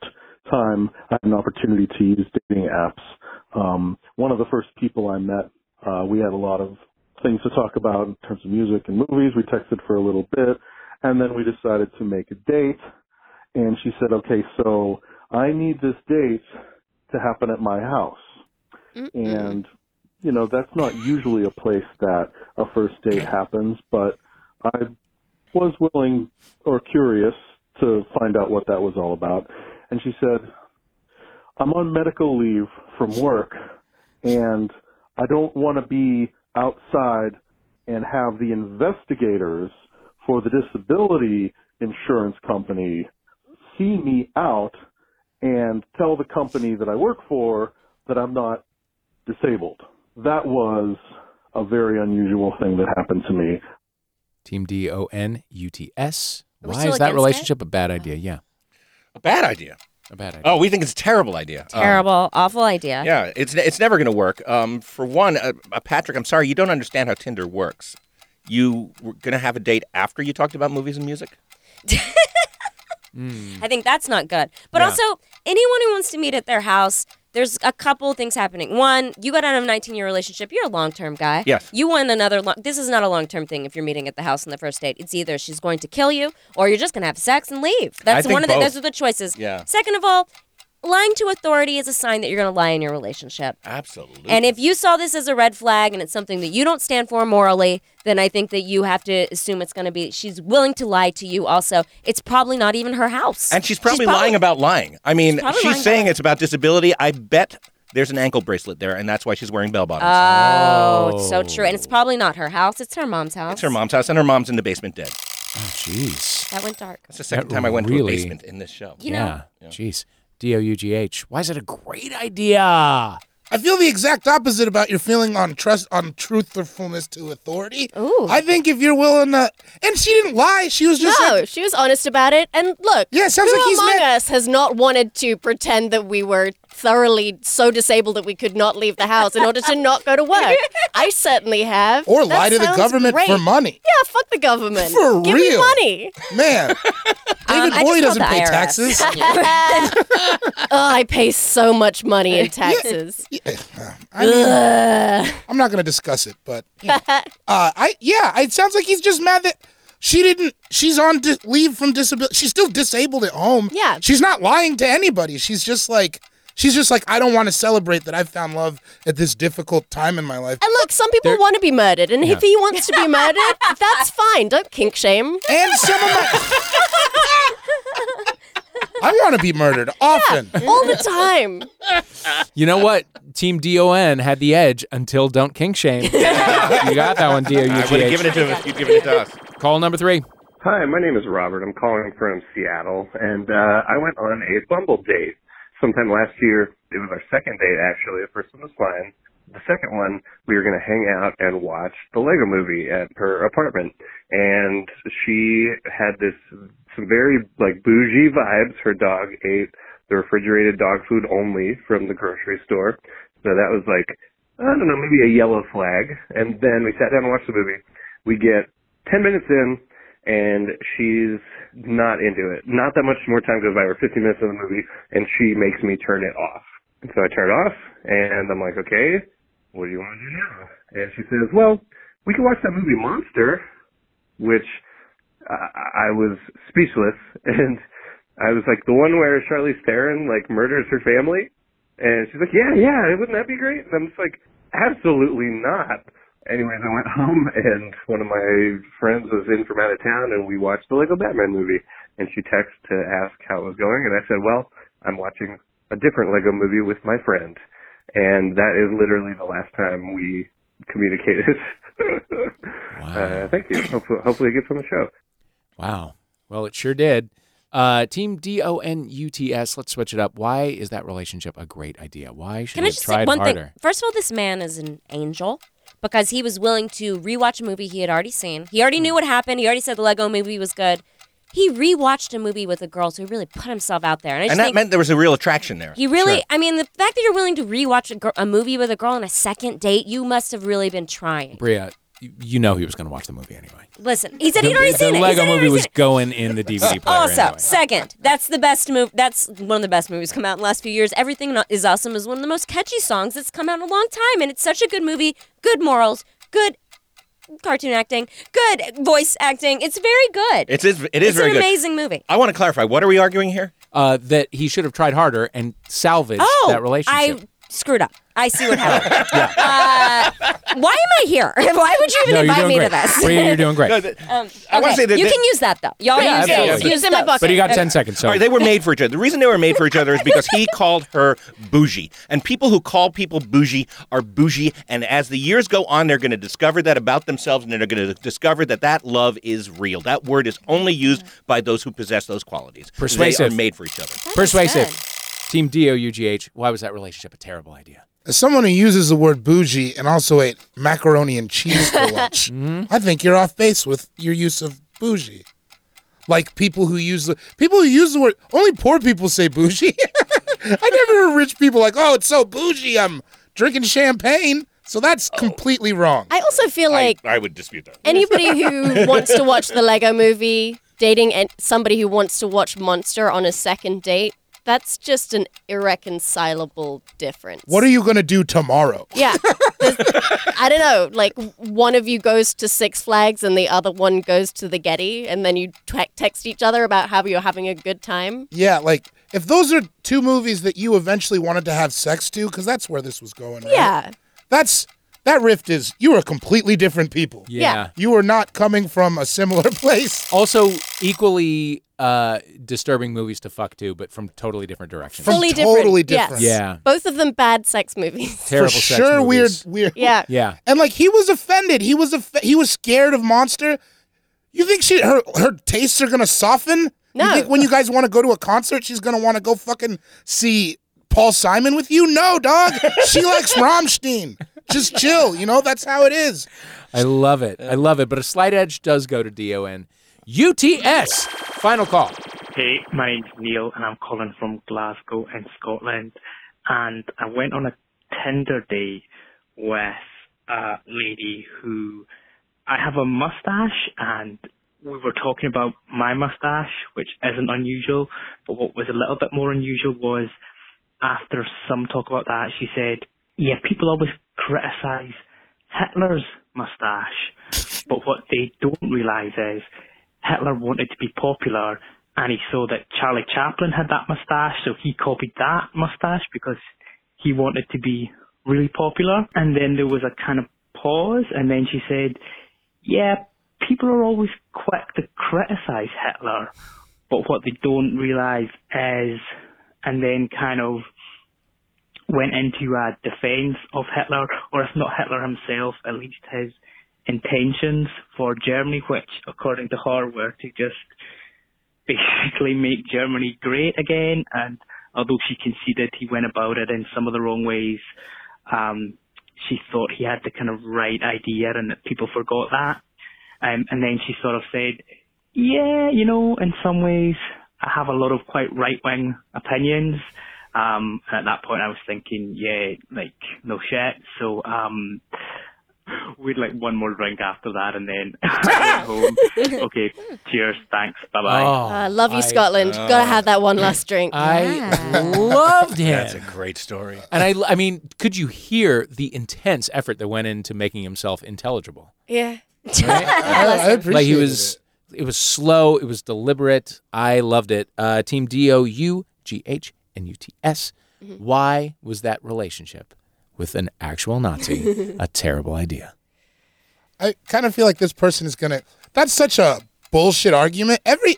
Speaker 11: time I had an opportunity to use dating apps. Um, one of the first people I met, uh, we had a lot of things to talk about in terms of music and movies. We texted for a little bit, and then we decided to make a date. And she said, Okay, so I need this date to happen at my house. And you know, that's not usually a place that a first date happens, but I was willing or curious to find out what that was all about. And she said, I'm on medical leave from work and I don't want to be outside and have the investigators for the disability insurance company see me out and tell the company that I work for that I'm not disabled. That was a very unusual thing that happened to me.
Speaker 1: Team D O N U T S.
Speaker 3: Are we
Speaker 1: Why
Speaker 3: still
Speaker 1: is that
Speaker 3: against
Speaker 1: relationship a bad idea? Yeah,
Speaker 2: A bad idea.
Speaker 1: a bad idea.
Speaker 2: Oh, we think it's a terrible idea. Um,
Speaker 3: Terrible, awful idea.
Speaker 2: yeah, it's it's never going to work. Um, for one, uh, uh, Patrick, I'm sorry, you don't understand how Tinder works. You were going to have a date after you talked about movies and music.
Speaker 1: Hmm.
Speaker 3: I think that's not good. But
Speaker 1: Yeah.
Speaker 3: also, anyone who wants to meet at their house, there's a couple things happening. One, you got out of a 19 year relationship. You're a long term guy.
Speaker 2: Yes.
Speaker 3: You want another long. This is not a long term thing. If you're meeting at the house on the first date, it's either she's going to kill you or you're just going to have sex and leave. That's
Speaker 2: think
Speaker 3: one of the,
Speaker 2: both.
Speaker 3: those are the choices.
Speaker 2: Yeah.
Speaker 3: Second of all, lying to authority is a sign that you're going to lie in your relationship.
Speaker 2: Absolutely.
Speaker 3: And if you saw this as a red flag and it's something that you don't stand for morally, then I think that you have to assume it's going to be she's willing to lie to you also. It's probably not even her house.
Speaker 2: And she's probably, lying about lying. I mean,
Speaker 3: probably
Speaker 2: she's,
Speaker 3: lying
Speaker 2: saying
Speaker 3: about-
Speaker 2: it's about disability. I bet there's an ankle bracelet there, and that's why she's wearing bell bottoms.
Speaker 3: Oh, it's so true. And it's probably not her house. It's her mom's house.
Speaker 2: it's her mom's house, and her mom's in the basement dead.
Speaker 1: Oh, jeez.
Speaker 3: That went dark.
Speaker 2: That's the second
Speaker 1: That
Speaker 2: time I went to a
Speaker 1: really-
Speaker 2: basement in this show.
Speaker 3: You
Speaker 1: yeah,
Speaker 3: know-
Speaker 1: jeez. D O U G H. Why is it a great idea?
Speaker 4: I feel the exact opposite about your feeling on trust on truthfulness to authority.
Speaker 3: Ooh.
Speaker 4: I think if you're willing to, and she didn't lie. She was just
Speaker 5: no,
Speaker 4: like,
Speaker 5: she was honest about it. And look,
Speaker 4: Yeah, sounds
Speaker 5: who
Speaker 4: like he's
Speaker 5: among
Speaker 4: mad-
Speaker 5: us has not wanted to pretend that we were thoroughly so disabled that we could not leave the house in order to not go to work? I certainly have.
Speaker 4: or
Speaker 5: That
Speaker 4: lie to the
Speaker 5: sounds
Speaker 4: government
Speaker 5: great.
Speaker 4: for money.
Speaker 5: Yeah, fuck the government.
Speaker 4: For
Speaker 5: Give me
Speaker 4: real.
Speaker 5: money.
Speaker 4: Man, David
Speaker 3: Um, I just
Speaker 4: Bowie
Speaker 3: called
Speaker 4: doesn't
Speaker 3: the
Speaker 4: pay
Speaker 3: IRS.
Speaker 4: taxes.
Speaker 5: Oh, I pay so much money in taxes.
Speaker 4: I mean, I'm not going to discuss it, but you know. uh, I yeah, it sounds like he's just mad that she didn't. She's on di- leave from disability. She's still disabled at home.
Speaker 5: Yeah.
Speaker 4: she's not lying to anybody. She's just like she's just like I don't want to celebrate that I found love at this difficult time in my life.
Speaker 5: And look, some people want to be murdered, and if he wants to be murdered, that's fine. Don't kink shame.
Speaker 4: And some of my. I want to be murdered often.
Speaker 5: All the time.
Speaker 1: You know what? Team D O N had the edge until don't kink shame. you got that one, D O U
Speaker 2: I
Speaker 1: G
Speaker 2: would have
Speaker 1: H.
Speaker 2: given it to him if you'd given it to us.
Speaker 1: Call number three.
Speaker 11: Hi, my name is Robert. I'm calling from Seattle, and uh, I went on a Bumble date sometime last year. It was our second date, actually. The first one was fine. The second one, we were going to hang out and watch the Lego movie at her apartment. And she had this, some very, like, bougie vibes. Her dog ate the refrigerated dog food only from the grocery store. So that was like, I don't know, maybe a yellow flag. And then we sat down and watched the movie. We get 10 minutes in, and she's not into it. Not that much more time goes by. We're 15 minutes in the movie, and she makes me turn it off. And so I turn it off, and I'm like, okay, what do you want to do now? And she says, well, we can watch that movie Monster, which I, I was speechless, and I was like, the one where Charlize Theron like murders her family. And she's like, yeah, yeah, wouldn't that be great? And I'm just like, absolutely not. Anyways, I went home and one of my friends was in from out of town and we watched the Lego Batman movie. And she texted to ask how it was going. And I said, well, I'm watching a different Lego movie with my friend. And that is literally the last time we communicated Uh, thank you. Hopefully, hopefully it gets on the show.
Speaker 1: Wow. Well, it sure did. Uh, team D O N U T S. Let's switch it up. Why is that relationship a great idea? Why should
Speaker 3: Can
Speaker 1: we
Speaker 3: I
Speaker 1: have
Speaker 3: just say
Speaker 1: tried
Speaker 3: one
Speaker 1: harder?
Speaker 3: thing? First of all, this man is an angel because he was willing to rewatch a movie he had already seen. He already knew what happened. He already said the Lego movie was good. He rewatched a movie with the girls who really put himself out there. And I just
Speaker 2: and that
Speaker 3: think
Speaker 2: meant there was a real attraction there.
Speaker 3: he really, I mean, the fact that you're willing to rewatch a, gir- a movie with a girl on a second date, you must have really been trying.
Speaker 1: Bria, you- you know he was going to watch the movie anyway.
Speaker 3: Listen, he said he'd already
Speaker 1: the
Speaker 3: seen it. He
Speaker 1: Lego
Speaker 3: said he'd
Speaker 1: movie
Speaker 3: already
Speaker 1: was
Speaker 3: seen it. Uh,
Speaker 1: going in the DVD player.
Speaker 3: Also,
Speaker 1: anyway.
Speaker 3: second, that's the best move. That's one of the best movies come out in the last few years. Everything Not- is awesome is one of the most catchy songs that's come out in a long time, and it's such a good movie. Good morals, good cartoon acting, good voice acting. It's very good.
Speaker 2: It's is it is
Speaker 3: It's
Speaker 2: very
Speaker 3: an
Speaker 2: good.
Speaker 3: amazing movie.
Speaker 2: I want to clarify. What are we arguing here?
Speaker 1: Uh, that he should have tried harder and salvaged
Speaker 3: oh,
Speaker 1: that relationship.
Speaker 3: I screwed up. I see what happened. uh, why am I here? Why would you even
Speaker 1: no, you're
Speaker 3: invite
Speaker 1: doing
Speaker 3: me
Speaker 1: great.
Speaker 3: to this?
Speaker 1: Bria, you're doing great.
Speaker 2: No, th-
Speaker 3: Um,
Speaker 2: I wanna
Speaker 3: okay,
Speaker 2: say that
Speaker 3: you
Speaker 2: thi-
Speaker 3: can use that though. Y'all
Speaker 1: Yeah,
Speaker 3: use those.
Speaker 1: absolutely.
Speaker 3: Use in my bucket.
Speaker 1: But you got
Speaker 3: Okay.
Speaker 1: 10 seconds.
Speaker 2: All
Speaker 1: So
Speaker 2: right, they were made for each other. The reason they were made for each other is because he called her bougie. And people who call people bougie are bougie. And as the years go on, they're going to discover that about themselves and they're going to discover that that love is real. That word is only used by those who possess those qualities.
Speaker 1: Persuasive.
Speaker 2: They are made for each other.
Speaker 1: persuasive. Team D O U G H. Why was that relationship a terrible idea?
Speaker 4: As someone who uses the word bougie and also ate macaroni and cheese for lunch,
Speaker 5: Mm-hmm.
Speaker 4: I think you're off base with your use of bougie. Like people who use the people who use the word only poor people say bougie. I never hear rich people like, oh, it's so bougie. I'm drinking champagne. So that's completely wrong.
Speaker 5: Oh. I also feel like
Speaker 2: I would dispute that.
Speaker 5: anybody who wants to watch the Lego movie, dating an- somebody who wants to watch Monster on a second date, that's just an irreconcilable difference.
Speaker 4: What are you gonna do tomorrow?
Speaker 5: Yeah. There's- I don't know. Like one of you goes to Six Flags and the other one goes to the Getty, and then you te- text each other about how you're having a good time.
Speaker 4: Yeah, like if those are two movies that you eventually wanted to have sex to, because that's where this was going. Right?
Speaker 5: Yeah.
Speaker 4: that's that rift is you are completely different people.
Speaker 1: Yeah.
Speaker 4: you are not coming from a similar place.
Speaker 1: Also, equally uh, disturbing movies to fuck to, but from totally different directions.
Speaker 4: From
Speaker 5: Totally different.
Speaker 4: totally
Speaker 5: yes.
Speaker 4: different.
Speaker 1: Yeah.
Speaker 5: Both of them bad sex movies.
Speaker 1: Terrible
Speaker 4: For
Speaker 1: sex
Speaker 4: sure,
Speaker 1: movies.
Speaker 4: weird, weird.
Speaker 5: Yeah.
Speaker 1: Yeah.
Speaker 4: And like he was offended. He was offe- he was scared of monster. You think she her her tastes are gonna soften?
Speaker 5: No.
Speaker 4: You think when you guys want to go to a concert, she's gonna want to go fucking see Paul Simon with you? No, dog. she likes Rammstein. Just chill. You know that's how it is.
Speaker 1: I love it. I love it. But a slight edge does go to D O N U T S. Final call.
Speaker 12: Hey, my name's Neil, and I'm calling from Glasgow in Scotland. And I went on a Tinder date with a uh, lady who I have a mustache, and we were talking about my mustache, which isn't unusual. But what was a little bit more unusual was after some talk about that, she said, "Yeah, people always criticise Hitler's mustache, but what they don't realise is Hitler wanted to be popular and he saw that Charlie Chaplin had that mustache, so he copied that mustache because he wanted to be really popular. And then there was a kind of pause, and then she said, Yeah, people are always quick to criticize Hitler, but what they don't realize is, and then kind of went into a defense of Hitler, or if not Hitler himself, at least his intentions for Germany, which, according to her, were to just basically make Germany great again. And although she conceded he went about it in some of the wrong ways, um, she thought he had the kind of right idea and that people forgot that. Um, and then she sort of said, yeah, you know, in some ways, I have a lot of quite right wing opinions. Um, and at that point, I was thinking, yeah, like, no shit. So, um, we'd like one more drink after that and then I went home. Okay, cheers, thanks, bye bye.
Speaker 5: Oh, I Uh, love you, Scotland. Gotta have that one last drink.
Speaker 1: Oh, I loved him.
Speaker 2: That's a great story.
Speaker 1: And I, I mean, could you hear the intense effort that went into making himself intelligible?
Speaker 5: yeah.
Speaker 4: I, I appreciate
Speaker 1: like he was, it. was slow, it was deliberate. I loved it. Uh, team D O U G H N U T S. Why was that relationship with an actual Nazi a terrible idea?
Speaker 4: I kind of feel like this person is gonna. That's such a bullshit argument. Every,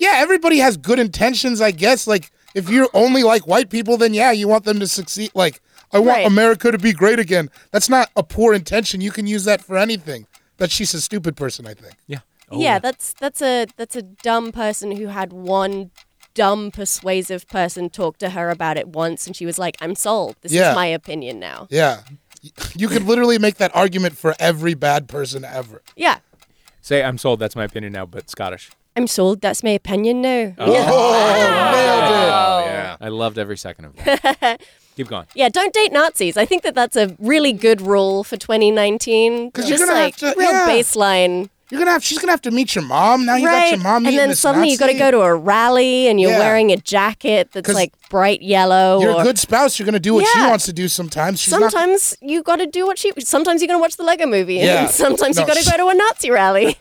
Speaker 4: yeah, everybody has good intentions, I guess. Like if you only like white people, then yeah, you want them to succeed. Like I want
Speaker 3: Right.
Speaker 4: America to be great again. That's not a poor intention. You can use that for anything. That's she's a stupid person, I think.
Speaker 1: Yeah.
Speaker 5: yeah, that's that's a that's a dumb person who had one dumb persuasive person talk to her about it once, and she was like, "I'm sold. This
Speaker 4: Yeah.
Speaker 5: is my opinion now."
Speaker 4: Yeah. You could literally make that argument for every bad person ever.
Speaker 5: Yeah,
Speaker 1: Say, I'm sold. That's my opinion now, but Scottish.
Speaker 5: I'm sold. That's my opinion now.
Speaker 1: Oh,
Speaker 5: yeah.
Speaker 1: yeah. I loved every second of that. Keep going.
Speaker 5: Yeah, don't date Nazis. I think that that's a really good rule for 2019.
Speaker 4: Because
Speaker 5: Just
Speaker 4: you're gonna have
Speaker 5: like
Speaker 4: to-
Speaker 5: real
Speaker 4: yeah.
Speaker 5: baseline.
Speaker 4: You're gonna have. She's gonna have to meet your mom now. You got your mom
Speaker 5: and
Speaker 4: meeting
Speaker 5: then
Speaker 4: this
Speaker 5: suddenly you got to
Speaker 4: Nazi.
Speaker 5: go to a rally, and you're
Speaker 4: Yeah.
Speaker 5: wearing a jacket that's
Speaker 4: 'Cause
Speaker 5: like bright yellow.
Speaker 4: You're
Speaker 5: or
Speaker 4: a good spouse. You're gonna do what she
Speaker 5: Yeah.
Speaker 4: wants to do. Sometimes she's not.
Speaker 5: sometimes you got to do what she. Sometimes you're gonna watch the Lego Movie, and
Speaker 4: Yeah.
Speaker 5: sometimes you
Speaker 4: No,
Speaker 5: got to
Speaker 4: sh-
Speaker 5: go to a Nazi rally.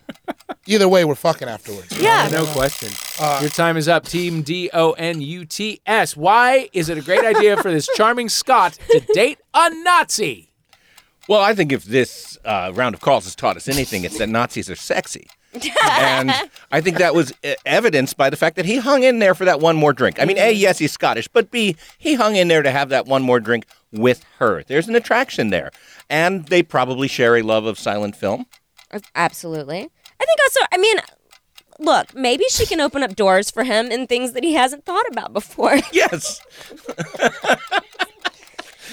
Speaker 4: Either way, we're fucking afterwards.
Speaker 5: Yeah.
Speaker 1: No question.
Speaker 4: Uh,
Speaker 1: Your time is up, Team D O N U T S. Why is it a great idea for this charming Scot to date a Nazi?
Speaker 2: Well, I think if this uh, round of calls has taught us anything, it's that Nazis are sexy. and I think that was uh, evidenced by the fact that he hung in there for that one more drink. I mean, A, yes, he's Scottish, but B, he hung in there to have that one more drink with her. There's an attraction there. And they probably share a love of silent film.
Speaker 3: Absolutely. I think also, I mean, look, maybe she can open up doors for him in things that he hasn't thought about before.
Speaker 2: Yes.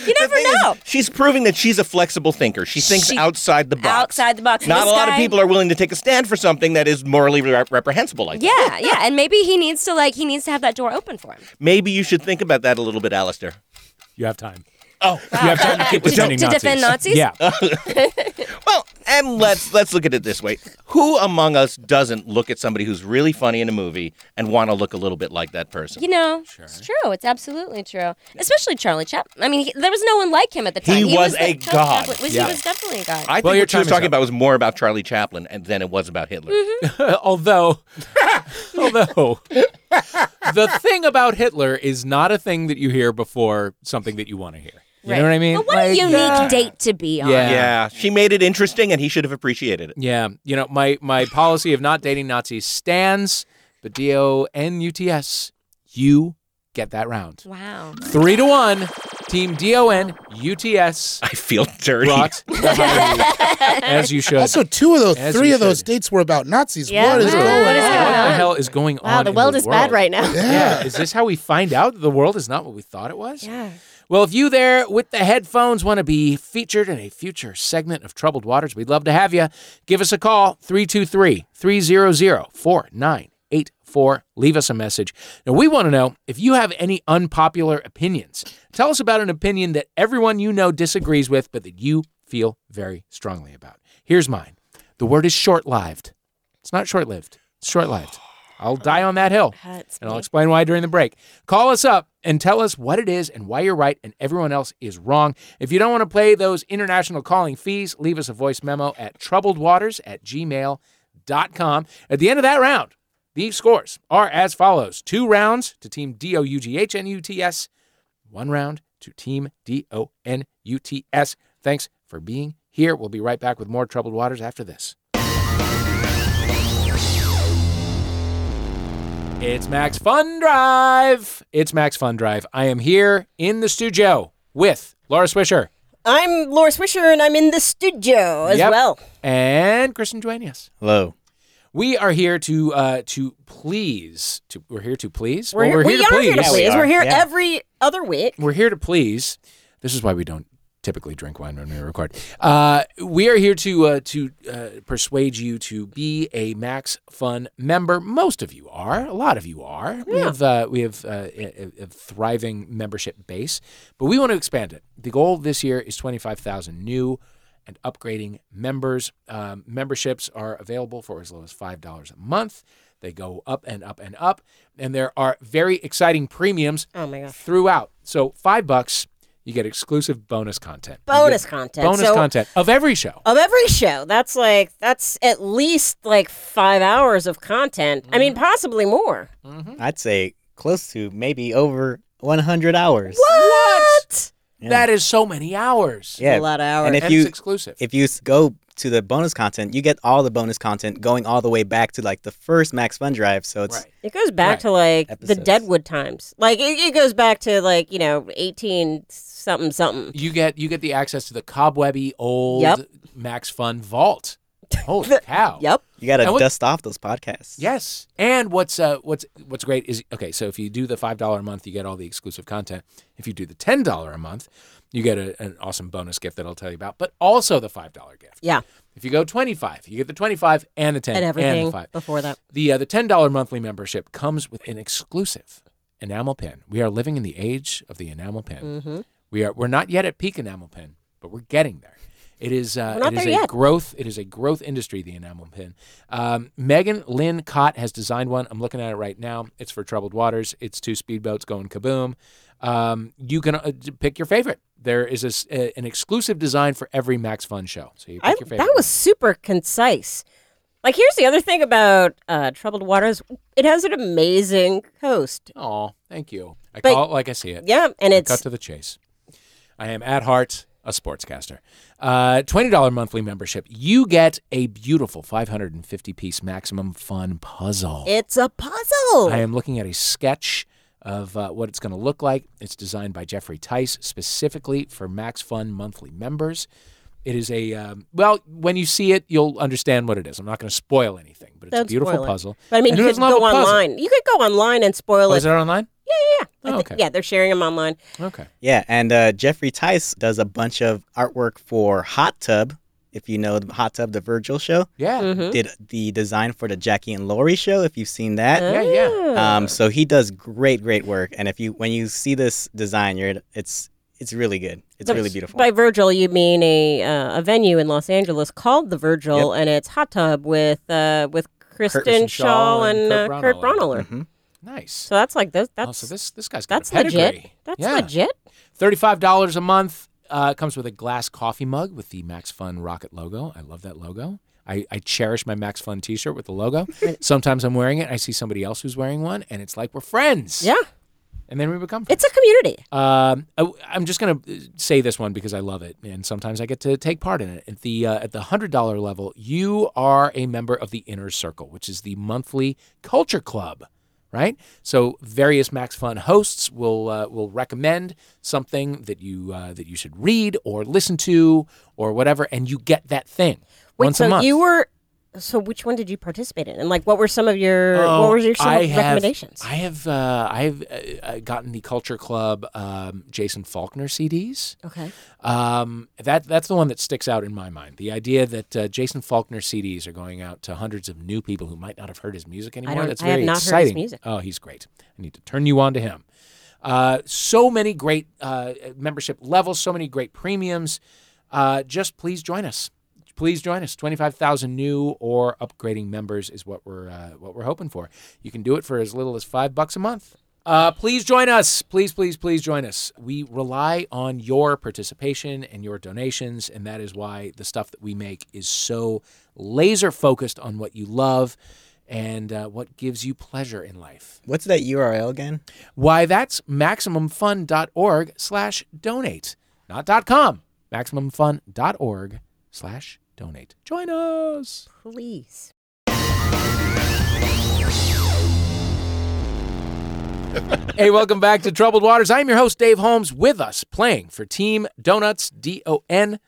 Speaker 3: you never know.
Speaker 2: She's proving that she's a flexible thinker. She thinks
Speaker 3: She-
Speaker 2: outside the box.
Speaker 3: Outside the box.
Speaker 2: Not a
Speaker 3: This
Speaker 2: lot of
Speaker 3: guy-
Speaker 2: people are willing to take a stand for something that is morally re- reprehensible like that.
Speaker 3: Yeah, yeah. And maybe he needs to, like, he needs to have that door open for him.
Speaker 2: Maybe you should think about that a little bit, Alistair.
Speaker 1: You have time.
Speaker 2: Oh,
Speaker 1: You have time to keep
Speaker 3: To-
Speaker 1: defending
Speaker 3: to
Speaker 1: Nazis.
Speaker 3: defend Nazis?
Speaker 1: Yeah.
Speaker 2: well, and let's let's look at it this way: Who among us doesn't look at somebody who's really funny in a movie and want to look a little bit like that person?
Speaker 3: You know, it's true. It's absolutely true. Especially Charlie Chaplin. I mean, he, there was no one like him at the
Speaker 2: He
Speaker 3: time.
Speaker 2: was
Speaker 3: the-
Speaker 2: a
Speaker 3: Charlie
Speaker 2: god.
Speaker 3: Chaplin was-
Speaker 2: Yeah.
Speaker 3: He was definitely a god.
Speaker 2: I think
Speaker 1: Well, your
Speaker 2: what she was
Speaker 1: time is
Speaker 2: talking
Speaker 1: up.
Speaker 2: about was more about Charlie Chaplin and than it was about Hitler.
Speaker 1: although, although Oh, the thing about Hitler is not a thing that you hear before something that you want to hear. You know what I mean?
Speaker 3: But what
Speaker 1: Like,
Speaker 3: a unique
Speaker 1: uh,
Speaker 3: date to be on.
Speaker 1: Yeah.
Speaker 2: Yeah, she made it interesting, and he should have appreciated it.
Speaker 1: Yeah, you know my my policy of not dating Nazis stands, but D O N U T S, you get that round.
Speaker 3: Wow.
Speaker 1: Three to one, Team D O N U T S
Speaker 2: I feel dirty.
Speaker 1: brought the high lead, as you should.
Speaker 4: Also, two of those,
Speaker 1: As
Speaker 4: three
Speaker 1: you
Speaker 4: of those dates were about Nazis.
Speaker 5: Yeah,
Speaker 4: What is
Speaker 5: literally.
Speaker 4: going
Speaker 5: What is
Speaker 4: on?
Speaker 5: going
Speaker 1: what the
Speaker 5: on?
Speaker 1: hell is going
Speaker 5: Wow,
Speaker 1: on?
Speaker 5: the
Speaker 1: in
Speaker 5: world is bad
Speaker 1: world?
Speaker 5: right now.
Speaker 1: Yeah. is this how we find out the world is not what we thought it was?
Speaker 5: Yeah.
Speaker 1: Well, if you there with the headphones want to be featured in a future segment of Troubled Waters, we'd love to have you. Give us a call, 323 300 4984. Leave us a message. Now, we want to know if you have any unpopular opinions. Tell us about an opinion that everyone you know disagrees with, but that you feel very strongly about. Here's mine the word is short lived. It's not short lived, it's short lived. I'll die on that hill.
Speaker 5: Hurts
Speaker 1: And I'll
Speaker 5: me.
Speaker 1: explain why during the break. Call us up and tell us what it is and why you're right and everyone else is wrong. If you don't want to play those international calling fees, leave us a voice memo at troubledwaters at gmail.com. At the end of that round, the scores are as follows two rounds to Team D O U G H N U T S, one round to Team D O N U T S. Thanks for being here. We'll be right back with more Troubled Waters after this. It's Max Fun Drive. It's Max Fun Drive. I am here in the studio with Laura Swisher
Speaker 9: I'm Laura Swisher, and I'm in the studio Oh, as
Speaker 1: Yep.
Speaker 9: well.
Speaker 1: and Kristen Duenas.
Speaker 8: Hello.
Speaker 1: We are here to uh to please to we're here to please.
Speaker 9: We're
Speaker 1: Well,
Speaker 9: here, we
Speaker 1: to
Speaker 9: are here to
Speaker 1: please.
Speaker 9: please.
Speaker 8: are.
Speaker 9: We're here
Speaker 8: Yeah.
Speaker 9: every other week.
Speaker 1: We're here to please. This is why we don't typically drink wine when we record. Uh, we are here to uh, to uh, persuade you to be a Max Fun member. Most of you are. A lot of you are. We have uh, we have uh, a, a- a thriving membership base, but we want to expand it. The goal this year is twenty five thousand new. And upgrading members. Um, memberships are available for as low as $5 a month. They go up and up and up. And there are very exciting premiums
Speaker 9: Oh my gosh.
Speaker 1: throughout. So five bucks, you get exclusive bonus content. You
Speaker 9: Bonus
Speaker 1: get
Speaker 9: content.
Speaker 1: Bonus
Speaker 9: So-
Speaker 1: content of every show.
Speaker 9: Of every show, that's like that's at least like five hours of content. I
Speaker 1: Mm-hmm.
Speaker 9: mean, possibly more.
Speaker 8: I'd say close to maybe over 100 hours.
Speaker 9: What?
Speaker 8: Yeah.
Speaker 1: That is so many hours.
Speaker 8: yeah.
Speaker 9: A lot of hours.
Speaker 8: And if
Speaker 1: And
Speaker 8: you
Speaker 1: it's exclusive.
Speaker 8: if you s- go to the bonus content, you get all the bonus content going all the way back to like the first Max Fun Drive. So it's
Speaker 9: It goes back to like the Deadwood times. Like it, it goes back to like you know eighteen something something.
Speaker 1: You get you get the access to the cobwebby old
Speaker 9: Yep.
Speaker 1: Max Fun vault. Holy cow!
Speaker 9: Yep.
Speaker 8: you got to
Speaker 1: And what-
Speaker 8: dust off those podcasts.
Speaker 1: Yes, and what's uh, what's what's great is okay. So if you do the five dollar a month, you get all the exclusive content. If you do the ten dollar a month, you get a, an awesome bonus gift that I'll tell you about. But also the five dollar gift.
Speaker 9: Yeah.
Speaker 1: If you go twenty five, you get the twenty five and the ten
Speaker 9: And everything
Speaker 1: the five.
Speaker 9: before that.
Speaker 1: The uh, the ten dollar monthly membership comes with an exclusive enamel pin. We are living in the age of the enamel pin.
Speaker 9: Mhm.
Speaker 1: We are we're not yet at peak enamel pin, but we're getting there. It is uh,
Speaker 9: We're not
Speaker 1: it is
Speaker 9: there
Speaker 1: a
Speaker 9: yet.
Speaker 1: growth it is a growth industry the enamel pin. Um, Megan Lynn Cott has designed one. I'm looking at it right now. It's for troubled waters. It's two speedboats going kaboom. Um, you can uh, d- pick your favorite. There is a s- a- an exclusive design for every Max Fun show. So you pick
Speaker 9: I,
Speaker 1: your favorite.
Speaker 9: that was super concise. Like here's the other thing about uh, Troubled Waters. It has an amazing host.
Speaker 1: Oh, thank you. I
Speaker 9: But-
Speaker 1: call it like I see it.
Speaker 9: Yeah, and
Speaker 1: I
Speaker 9: it's-
Speaker 1: cut to the chase. I am at heart a sportscaster. Uh, Twenty dollar monthly membership. You get a beautiful five hundred and fifty piece maximum fun puzzle.
Speaker 9: It's a puzzle.
Speaker 1: I am looking at a sketch of uh, what it's going to look like. It's designed by Jeffrey Tice specifically for Max Fun monthly members. It is a um, well. When you see it, you'll understand what it is. I'm not going to spoil anything, but it's
Speaker 9: Don't
Speaker 1: a beautiful
Speaker 9: spoil it.
Speaker 1: puzzle.
Speaker 9: But I mean,
Speaker 1: And
Speaker 9: you
Speaker 1: who
Speaker 9: could
Speaker 1: doesn't love
Speaker 9: go
Speaker 1: a puzzle?
Speaker 9: online. You could go online and spoil
Speaker 1: Oh,
Speaker 9: it.
Speaker 1: is it online?
Speaker 9: I
Speaker 1: Oh,
Speaker 9: think-
Speaker 1: okay.
Speaker 9: Yeah, they're sharing them online.
Speaker 1: Okay.
Speaker 8: Yeah, and uh, Jeffrey Tice does a bunch of artwork for Hot Tub. If you know the Hot Tub, the Virgil show,
Speaker 1: Yeah.
Speaker 9: Mhm.
Speaker 8: did the design for the Jackie and Laurie show. If you've seen that,
Speaker 1: Yeah,
Speaker 9: Ah.
Speaker 1: yeah.
Speaker 8: Um, so he does great, great work. And if you when you see this design, you're it's it's really good. It's
Speaker 9: The-
Speaker 8: really beautiful.
Speaker 9: By Virgil, you mean a uh, a venue in Los Angeles called the Virgil, and it's hot tub with uh, with Kristen, Shaw and, uh, Kurt Bronneler.
Speaker 8: Mhm.
Speaker 1: Nice. Oh,
Speaker 9: So that's like those. That's
Speaker 1: this this guy's got a
Speaker 9: that's legit.
Speaker 1: pedigree.
Speaker 9: That's
Speaker 1: Yeah.
Speaker 9: legit.
Speaker 1: Thirty-five dollars a month uh, comes with a glass coffee mug with the Max Fun Rocket logo. I love that logo. I, I cherish my Max Fun T-shirt with the logo. Sometimes I'm wearing it. I see somebody else who's wearing one, and it's like we're friends.
Speaker 9: Yeah.
Speaker 1: And then we become. Friends.
Speaker 9: It's a community.
Speaker 1: Um, I, am just gonna uh, say this one because I love it, and sometimes I get to take part in it. At the uh, at the hundred dollar level, you are a member of the Inner Circle, which is the monthly culture club, right? So various Max Fun hosts will uh, will recommend something that you uh, that you should read or listen to or whatever, and you get that thing
Speaker 9: Wait,
Speaker 1: once
Speaker 9: so
Speaker 1: a month.
Speaker 9: you were. So which one did you participate in? And like, what were some of your what
Speaker 1: Oh,
Speaker 9: were your some
Speaker 1: I
Speaker 9: of
Speaker 1: have-
Speaker 9: recommendations?
Speaker 1: I have uh, I have uh, uh, gotten the Culture Club um, Jason Faulkner CDs.
Speaker 9: Okay.
Speaker 1: Um, that that's the one that sticks out in my mind. The idea that uh, Jason Faulkner CDs are going out to hundreds of new people who might not have heard his music anymore.
Speaker 9: don't-
Speaker 1: that's
Speaker 9: I have
Speaker 1: very
Speaker 9: not heard his
Speaker 1: exciting.
Speaker 9: music.
Speaker 1: Oh, he's great. I need to turn you on to him. Uh, so many great uh, membership levels. So many great premiums. Uh, just please join us. Please join us. Twenty-five thousand new or upgrading members is what we're uh, what we're hoping for. You can do it for as little as five bucks a month. Uh, please join us. Please, please, please join us. We rely on your participation and your donations, and that is why the stuff that we make is so laser focused on what you love and uh, what gives you pleasure in life.
Speaker 8: What's that URL again?
Speaker 1: Why, that's MaximumFun.org slash donate, not dot .com, MaximumFun.org slash donate. Join us.
Speaker 9: Please.
Speaker 1: hey, welcome back to Troubled Waters. I'm your host, Dave Holmes. With us playing for Team Donuts, D O N,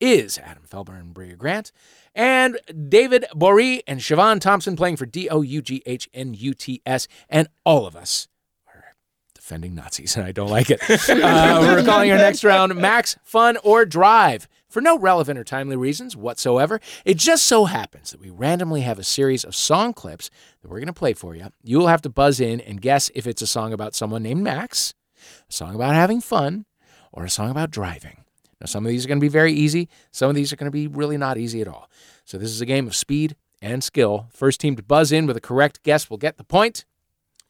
Speaker 1: is Adam Felber and Bria Grant. And David Boree and Siobhan Thompson playing for D O U G H N U T S. And all of us are defending Nazis, and I don't like it. Uh, we're calling our next round Max Fun or Drive. For no relevant or timely reasons whatsoever, it just so happens that we randomly have a series of song clips that we're going to play for you. You will have to buzz in and guess if it's a song about someone named Max, a song about having fun, or a song about driving. Now, some of these are going to be very easy, some of these are going to be really not easy at all. So, this is a game of speed and skill. First team to buzz in with a correct guess will get the point.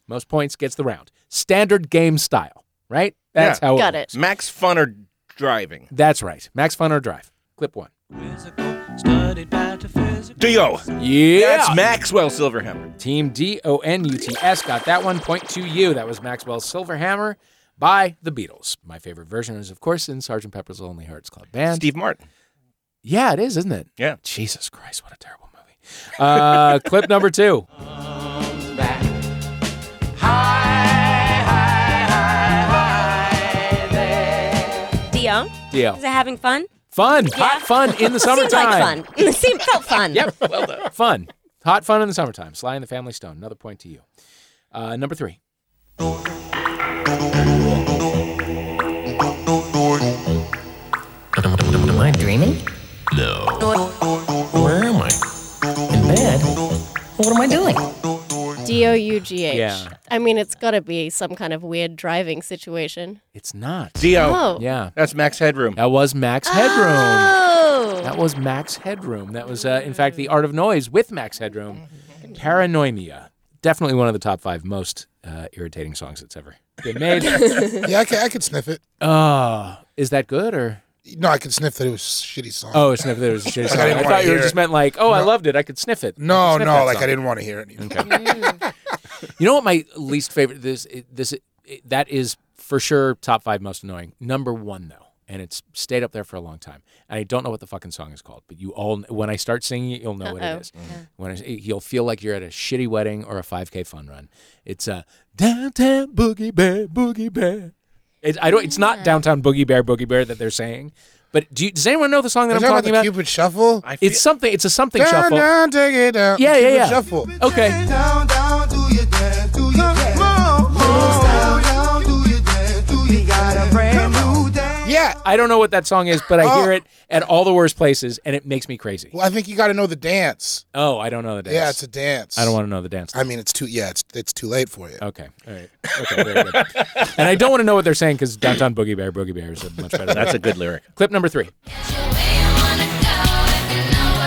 Speaker 1: Most points gets the round. Standard game style, right? That's how it. works.
Speaker 2: Max Fun or driving.
Speaker 1: That's right. Max Fun or Drive. Clip one. Oh
Speaker 2: Dio.
Speaker 1: Yeah.
Speaker 2: That's Maxwell Silverhammer.
Speaker 1: Team D O N U T S got that one. Point to you. That was Maxwell's Silverhammer by the Beatles. My favorite version is, of course, in Sgt. Pepper's Lonely Hearts Club Band.
Speaker 2: Steve Martin.
Speaker 1: Yeah, it is, isn't it?
Speaker 2: Yeah.
Speaker 1: Jesus Christ, what a terrible movie. Uh, clip number two.
Speaker 3: Dio.
Speaker 1: Dio.
Speaker 3: Is it having fun?
Speaker 1: Fun,
Speaker 3: Yeah.
Speaker 1: hot fun in the
Speaker 3: Seemed
Speaker 1: summertime.
Speaker 3: like fun. Seemed felt fun.
Speaker 1: Yep, well done. Fun, hot fun in the summertime. Sly and the Family Stone. Another point to you. Uh, number three.
Speaker 13: Am I dreaming? No. Where am I? In bed? What am I doing?
Speaker 5: D O U G H.
Speaker 1: Yeah.
Speaker 5: I mean, it's got to be some kind of weird driving situation.
Speaker 1: It's not.
Speaker 5: Dio. Oh.
Speaker 1: Yeah.
Speaker 2: That's Max Headroom.
Speaker 1: That was Max Headroom.
Speaker 5: Oh.
Speaker 1: That was Max Headroom. That was, uh, in fact, The Art of Noise with Max Headroom. Paranoia. Definitely one of the top five most uh, irritating songs that's ever been made.
Speaker 4: yeah, I could, I could sniff it.
Speaker 1: Uh, is that good or?
Speaker 4: No, I could sniff that it was a shitty song.
Speaker 1: Oh, it's sniff that it was a shitty song.
Speaker 4: I, didn't
Speaker 1: I
Speaker 4: wanna
Speaker 1: thought you
Speaker 4: hear
Speaker 1: were just
Speaker 4: it.
Speaker 1: meant like, oh, I
Speaker 4: No.
Speaker 1: loved it. I could sniff it. I could
Speaker 4: No,
Speaker 1: sniff
Speaker 4: no,
Speaker 1: that
Speaker 4: like
Speaker 1: song.
Speaker 4: I didn't want to hear it. Anymore.
Speaker 1: You know what my least favorite this this it, that is for sure top 5 most annoying. Number 1 though. And it's stayed up there for a long time. And I don't know what the fucking song is called, but you all when I start singing it, you'll know what
Speaker 6: Uh-oh.
Speaker 1: it is. When I, you'll feel like you're at a shitty wedding or a 5k fun run. It's a downtown boogie bear boogie bear. It, I don't it's not downtown boogie bear boogie bear that they're saying. But do you, does anyone know the song that
Speaker 4: Are
Speaker 1: I'm
Speaker 4: you talking about
Speaker 1: talking about?
Speaker 4: the Cupid Shuffle? I
Speaker 1: It's something it's a something
Speaker 4: down,
Speaker 1: shuffle.
Speaker 4: Down, take it down.
Speaker 1: Yeah, yeah,
Speaker 4: Cupid
Speaker 1: yeah.
Speaker 4: Shuffle.
Speaker 1: Okay.
Speaker 4: Yeah.
Speaker 1: I don't know what that song is, but I
Speaker 4: Oh.
Speaker 1: hear it at all the worst places and it makes me crazy.
Speaker 4: Well, I think you got to know the dance.
Speaker 1: Oh, I don't know the dance.
Speaker 4: Yeah, it's a dance.
Speaker 1: I don't want to know the dance.
Speaker 4: I mean, it's too. Yeah, it's it's too late for you.
Speaker 1: Okay. All right. Okay. Very good. and I don't want to know what they're saying because Downtown Boogie Bear, Boogie Bear is a much better.
Speaker 2: That's a good lyric.
Speaker 1: Clip number three.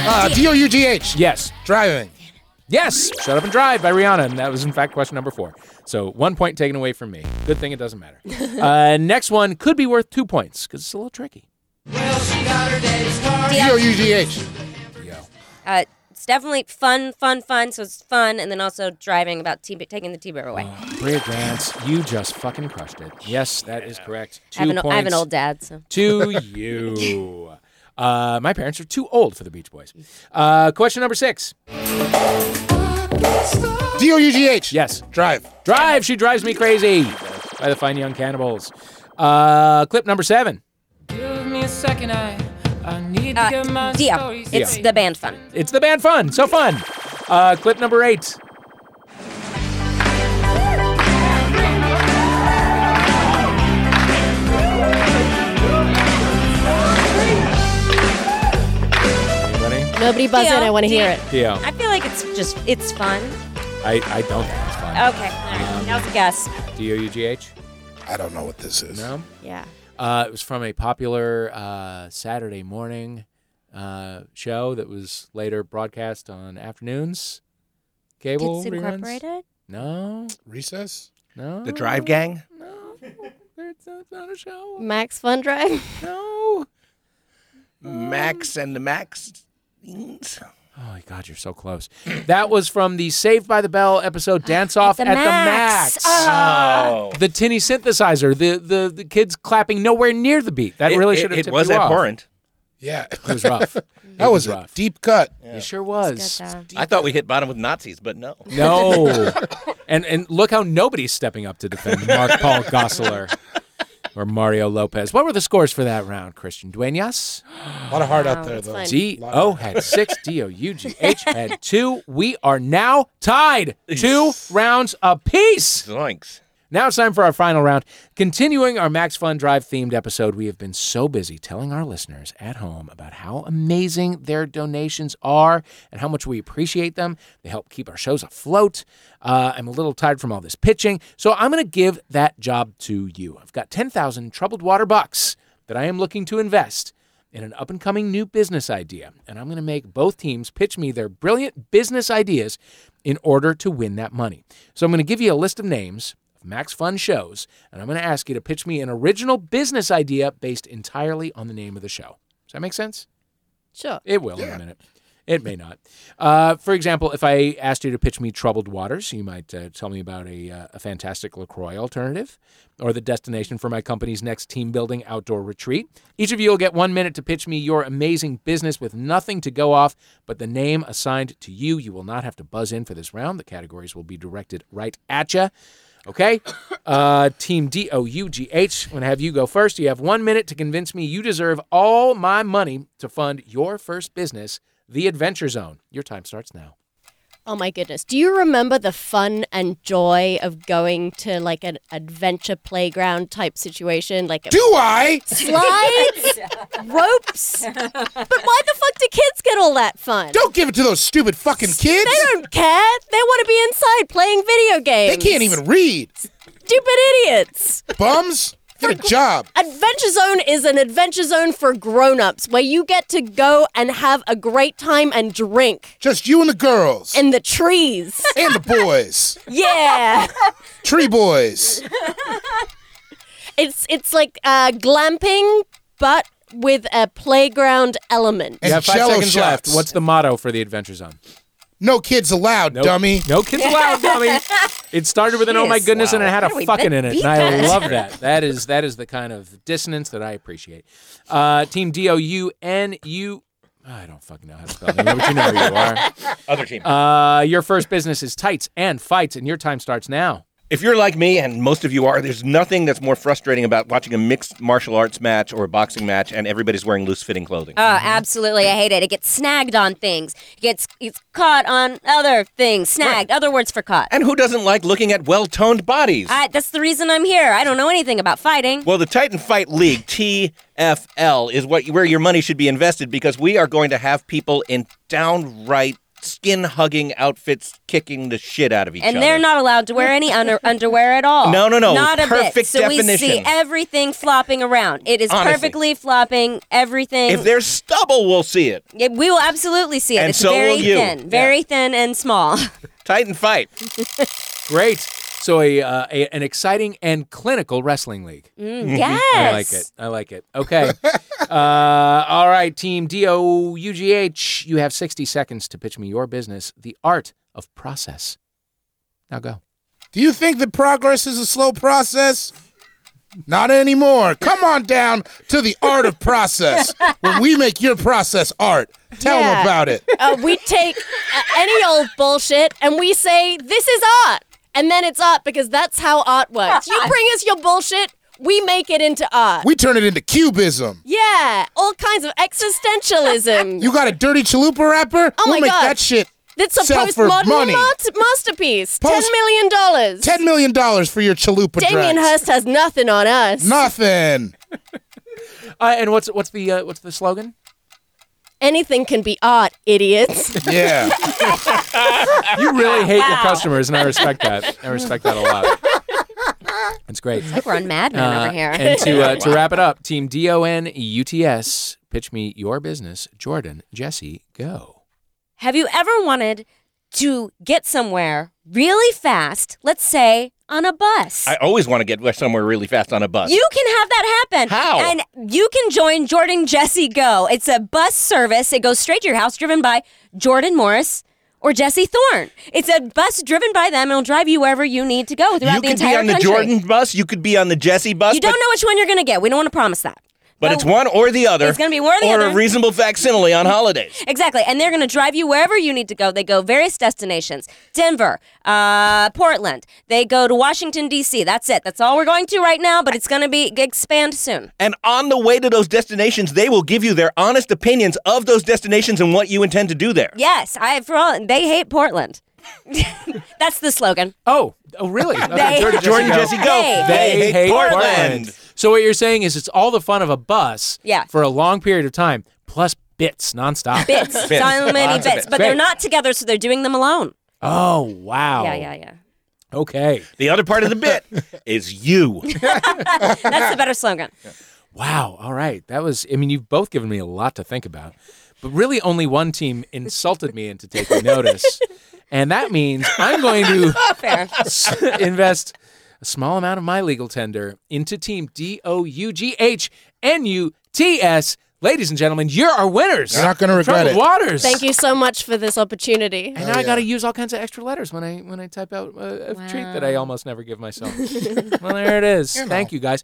Speaker 4: Uh, D O U G H.
Speaker 1: Yes.
Speaker 4: Driving.
Speaker 1: Yes. Shut up and drive by Rihanna, and that was in fact question number four. So one point taken away from me. Good thing it doesn't matter. Uh, next one could be worth two points because it's a little tricky.
Speaker 4: D O U G H.
Speaker 3: Uh, it's definitely fun, fun, fun. So it's fun, and then also driving about t- taking the T-bird away.
Speaker 1: Bria Grants, you just fucking crushed it. Yes, that is correct. Two
Speaker 3: I, have an,
Speaker 1: points.
Speaker 3: I have an old dad, so
Speaker 1: to you. Uh, my parents are too old for the Beach Boys. Uh, question number six.
Speaker 4: D O U G H.
Speaker 1: Yes.
Speaker 4: Drive.
Speaker 1: Drive, she drives me crazy by the Fine Young Cannibals. Uh, clip number seven.
Speaker 14: Give me a second, I, I need
Speaker 3: Uh,
Speaker 14: to get my
Speaker 3: Dio.
Speaker 14: story
Speaker 3: It's
Speaker 14: straight.
Speaker 3: the band fun.
Speaker 1: It's the band fun. So fun. Uh, clip number eight. Anybody?
Speaker 5: Nobody buzz
Speaker 3: Dio.
Speaker 5: in. I want to hear it.
Speaker 1: Theo.
Speaker 3: I feel like it's just it's fun.
Speaker 1: I, I don't think it's
Speaker 3: Okay,
Speaker 1: fun.
Speaker 3: all right. That was a guess.
Speaker 1: D O U G H?
Speaker 4: I don't know what this is.
Speaker 1: No?
Speaker 3: Yeah.
Speaker 1: Uh, it was from a popular uh, Saturday morning uh, show that was later broadcast on afternoons. Cable
Speaker 3: Kids
Speaker 1: reruns?
Speaker 3: Incorporated?
Speaker 1: No.
Speaker 4: Recess?
Speaker 1: No.
Speaker 2: The Drive Gang?
Speaker 1: It's not, not a show.
Speaker 5: Max Fun Drive.
Speaker 1: No. Um,
Speaker 2: Max and the Max.
Speaker 1: Oh my God, you're so close. That was from the Saved by the Bell episode "Dance Off at the Max."
Speaker 4: Ah.
Speaker 2: Oh.
Speaker 1: The tinny synthesizer, the, the the kids clapping nowhere near the beat. That
Speaker 2: It-
Speaker 1: really
Speaker 2: it-
Speaker 1: should have
Speaker 2: it
Speaker 1: tipped
Speaker 2: was
Speaker 1: you off.
Speaker 2: abhorrent.
Speaker 4: Yeah.
Speaker 1: It was rough.
Speaker 4: That was a
Speaker 1: rough.
Speaker 4: deep cut.
Speaker 1: It sure was.
Speaker 2: I thought we hit bottom with Nazis, but no.
Speaker 1: No. and and look how nobody's stepping up to defend Mark Paul Gosselaar or Mario Lopez. What were the scores for that round, Christian Duenas?
Speaker 4: A lot of heart out there, though.
Speaker 1: D O had six, D O U G H had two. We are now tied two rounds apiece.
Speaker 2: Zoinks.
Speaker 1: Now it's time for our final round. Continuing our Max Fun Drive themed episode, we have been so busy telling our listeners at home about how amazing their donations are and how much we appreciate them. They help keep our shows afloat. Uh, I'm a little tired from all this pitching, so I'm going to give that job to you. I've got 10,000 troubled water bucks that I am looking to invest in an up and coming new business idea, and I'm going to make both teams pitch me their brilliant business ideas in order to win that money. So I'm going to give you a list of names of Max Fun shows, and I'm going to ask you to pitch me an original business idea based entirely on the name of the show. Does that make sense?
Speaker 5: Sure.
Speaker 1: It will in a minute. It may not. Uh, for example, if I asked you to pitch me Troubled Waters, you might uh, tell me about a, uh, a fantastic LaCroix alternative or the destination for my company's next team building outdoor retreat. Each of you will get one minute to pitch me your amazing business with nothing to go off but the name assigned to you. You will not have to buzz in for this round. The categories will be directed right at you. Okay. Uh, team D O U G H. I'm going to have you go first. You have one minute to convince me you deserve all my money to fund your first business, The Adventure Zone. Your time starts now.
Speaker 5: Oh my goodness. Do you remember the fun and joy of going to like an adventure playground type situation? Like a
Speaker 4: Do I?
Speaker 5: Slides? ropes? But why the fuck do kids get all that fun?
Speaker 4: Don't give it to those stupid fucking kids.
Speaker 5: They don't care. They want to be inside playing video games.
Speaker 4: They can't even read.
Speaker 5: Stupid idiots.
Speaker 4: Bums, get a job.
Speaker 5: Adventure Zone is an adventure zone for grown-ups where you get to go and have a great time and drink
Speaker 4: Just you and the girls
Speaker 5: in the trees.
Speaker 4: and the boys.
Speaker 5: Yeah.
Speaker 4: Tree boys.
Speaker 5: It's it's like uh, glamping but with a playground element.
Speaker 1: you have five seconds left. What's the motto for The Adventure Zone?
Speaker 4: No kids allowed,
Speaker 1: Nope.
Speaker 4: dummy.
Speaker 1: No kids allowed, dummy. It started with an "Oh my
Speaker 4: Jeez,
Speaker 1: goodness" and
Speaker 4: wow.
Speaker 1: it had
Speaker 4: How do
Speaker 1: a
Speaker 4: we
Speaker 1: fucking in it,
Speaker 4: beat
Speaker 1: and I
Speaker 4: that?
Speaker 1: love that. That is that is the kind of dissonance that I appreciate. Uh, team D O U N U. I don't fucking know how to spell it, but you know who you are.
Speaker 2: Other team.
Speaker 1: Uh, your first business is tights and fights, and your time starts now.
Speaker 2: If you're like me, and most of you are, there's nothing that's more frustrating about watching a mixed martial arts match or a boxing match and everybody's wearing loose fitting clothing.
Speaker 3: Oh, absolutely. I hate it. It gets snagged on things. It gets it's caught on other things. Snagged. Other words for caught.
Speaker 2: And who doesn't like looking at well toned bodies?
Speaker 3: I, that's the reason I'm here. I don't know anything about fighting.
Speaker 2: Well, the Titan Fight League (TFL) is what where your money should be invested because we are going to have people in downright skin-hugging outfits kicking the shit out of each
Speaker 3: and
Speaker 2: other.
Speaker 3: they're not allowed to wear any under- underwear at all.
Speaker 2: No, no, no.
Speaker 3: Not a bit.
Speaker 2: Perfect
Speaker 3: So we see
Speaker 2: definition.
Speaker 3: everything flopping around. It is
Speaker 2: Honestly.
Speaker 3: perfectly flopping. Everything.
Speaker 2: if there's stubble, we'll see it.
Speaker 3: Yeah, we will absolutely see it.
Speaker 2: And
Speaker 3: it's
Speaker 2: so
Speaker 3: very
Speaker 2: will you.
Speaker 3: thin, very thin and small.
Speaker 2: Titan Fight.
Speaker 1: Great. So a, uh, a an exciting and clinical wrestling league.
Speaker 3: Mm,
Speaker 1: I like it.
Speaker 3: yes.
Speaker 1: I like it. Okay. uh, all right, team D O U G H. You have sixty seconds to pitch me your business, the art of process. Now go.
Speaker 4: Do you think that progress is a slow process? Not anymore. Come on down to the art of process when we make your process art. Tell
Speaker 5: Yeah.
Speaker 4: them about it.
Speaker 5: Uh, we take uh, any old bullshit and we say, this is art. And then it's art because that's how art works. You bring us your bullshit, we make it into art.
Speaker 4: We turn it into cubism.
Speaker 5: yeah, all kinds of existentialism.
Speaker 4: You got a dirty chalupa rapper?
Speaker 5: Oh
Speaker 4: we'll
Speaker 5: my
Speaker 4: make
Speaker 5: God.
Speaker 4: that shit
Speaker 5: That's a
Speaker 4: sell for
Speaker 5: postmodern
Speaker 4: money.
Speaker 5: mart- masterpiece.
Speaker 4: Post-
Speaker 5: $10 million.
Speaker 4: Ten million dollars for your chalupa
Speaker 5: Damien
Speaker 4: drugs.
Speaker 5: Hurst has nothing on us.
Speaker 4: Nothing.
Speaker 1: Uh, and what's what's the uh, what's the slogan?
Speaker 5: Anything can be art, idiots.
Speaker 4: Yeah.
Speaker 1: you really hate your customers, and I respect that. I respect that a lot. It's great.
Speaker 3: like we're on Mad Men
Speaker 1: Uh,
Speaker 3: over here.
Speaker 1: And to uh, to wrap it up, Team D O N U T S. Pitch me your business, Jordan Jesse. Go.
Speaker 3: Have you ever wanted to get somewhere really fast? Let's say on a bus.
Speaker 2: I always want to get somewhere really fast on a bus.
Speaker 3: You can have that happen.
Speaker 2: How?
Speaker 3: And you can join Jordan Jesse Go. It's a bus service. It goes straight to your house, driven by Jordan Morris or Jesse Thorne. It's a bus driven by them, and it'll drive you wherever you need to go throughout
Speaker 2: You
Speaker 3: the
Speaker 2: could
Speaker 3: entire
Speaker 2: be on the
Speaker 3: country.
Speaker 2: Jordan bus. You could be on the Jesse bus.
Speaker 3: you don't
Speaker 2: but,
Speaker 3: know which one you're going to get. We don't want to promise that.
Speaker 2: but it's one or the other.
Speaker 3: It's gonna be one or the
Speaker 2: Or
Speaker 3: other.
Speaker 2: a reasonable facsimile on holidays.
Speaker 3: Exactly. And they're going to drive you wherever you need to go. They go various destinations Denver, uh, Portland. They go to Washington, D.C. That's it. That's all we're going to right now, but it's going to be expand soon.
Speaker 2: And on the way to those destinations, they will give you their honest opinions of those destinations and what you intend to do there.
Speaker 3: Yes, I for all they hate Portland. That's the slogan.
Speaker 1: Oh, oh really?
Speaker 3: They-
Speaker 1: Jordan,
Speaker 2: Jordan Jesse Go.
Speaker 1: They,
Speaker 2: They
Speaker 1: hate
Speaker 2: hate
Speaker 1: Portland.
Speaker 2: Portland.
Speaker 1: So what you're saying is it's all the fun of a bus
Speaker 3: Yeah.
Speaker 1: for a long period of time, plus bits nonstop.
Speaker 3: Bits, so many
Speaker 1: Lots
Speaker 3: bits,
Speaker 1: of
Speaker 3: but
Speaker 1: Great.
Speaker 3: they're not together, so they're doing them alone.
Speaker 1: Oh wow.
Speaker 3: Yeah, yeah, yeah.
Speaker 1: Okay.
Speaker 2: The other part of the bit is you.
Speaker 3: That's the better slogan.
Speaker 1: Wow. All right. That was. I mean, you've both given me a lot to think about, but really, only one team insulted me into taking notice, and that means I'm going to
Speaker 3: Fair.
Speaker 1: s- invest a small amount of my legal tender into Team D O U G H N U T S, Ladies and gentlemen, you're our winners.
Speaker 4: You're not gonna regret
Speaker 1: Troubled
Speaker 4: it.
Speaker 1: Waters.
Speaker 5: Thank you so much for this opportunity.
Speaker 1: And now
Speaker 4: Oh,
Speaker 1: I got to use all kinds of extra letters when I when I type out uh, a, a treat that I almost never give myself. well, there it is.
Speaker 5: You know.
Speaker 1: Thank you guys.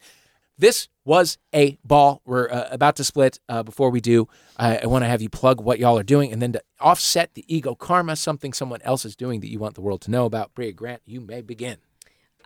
Speaker 1: This was a ball. We're uh, about to split. Uh, before we do, I, I want to have you plug what y'all are doing, and then to offset the ego karma, something someone else is doing that you want the world to know about. Bria Grant, you may begin.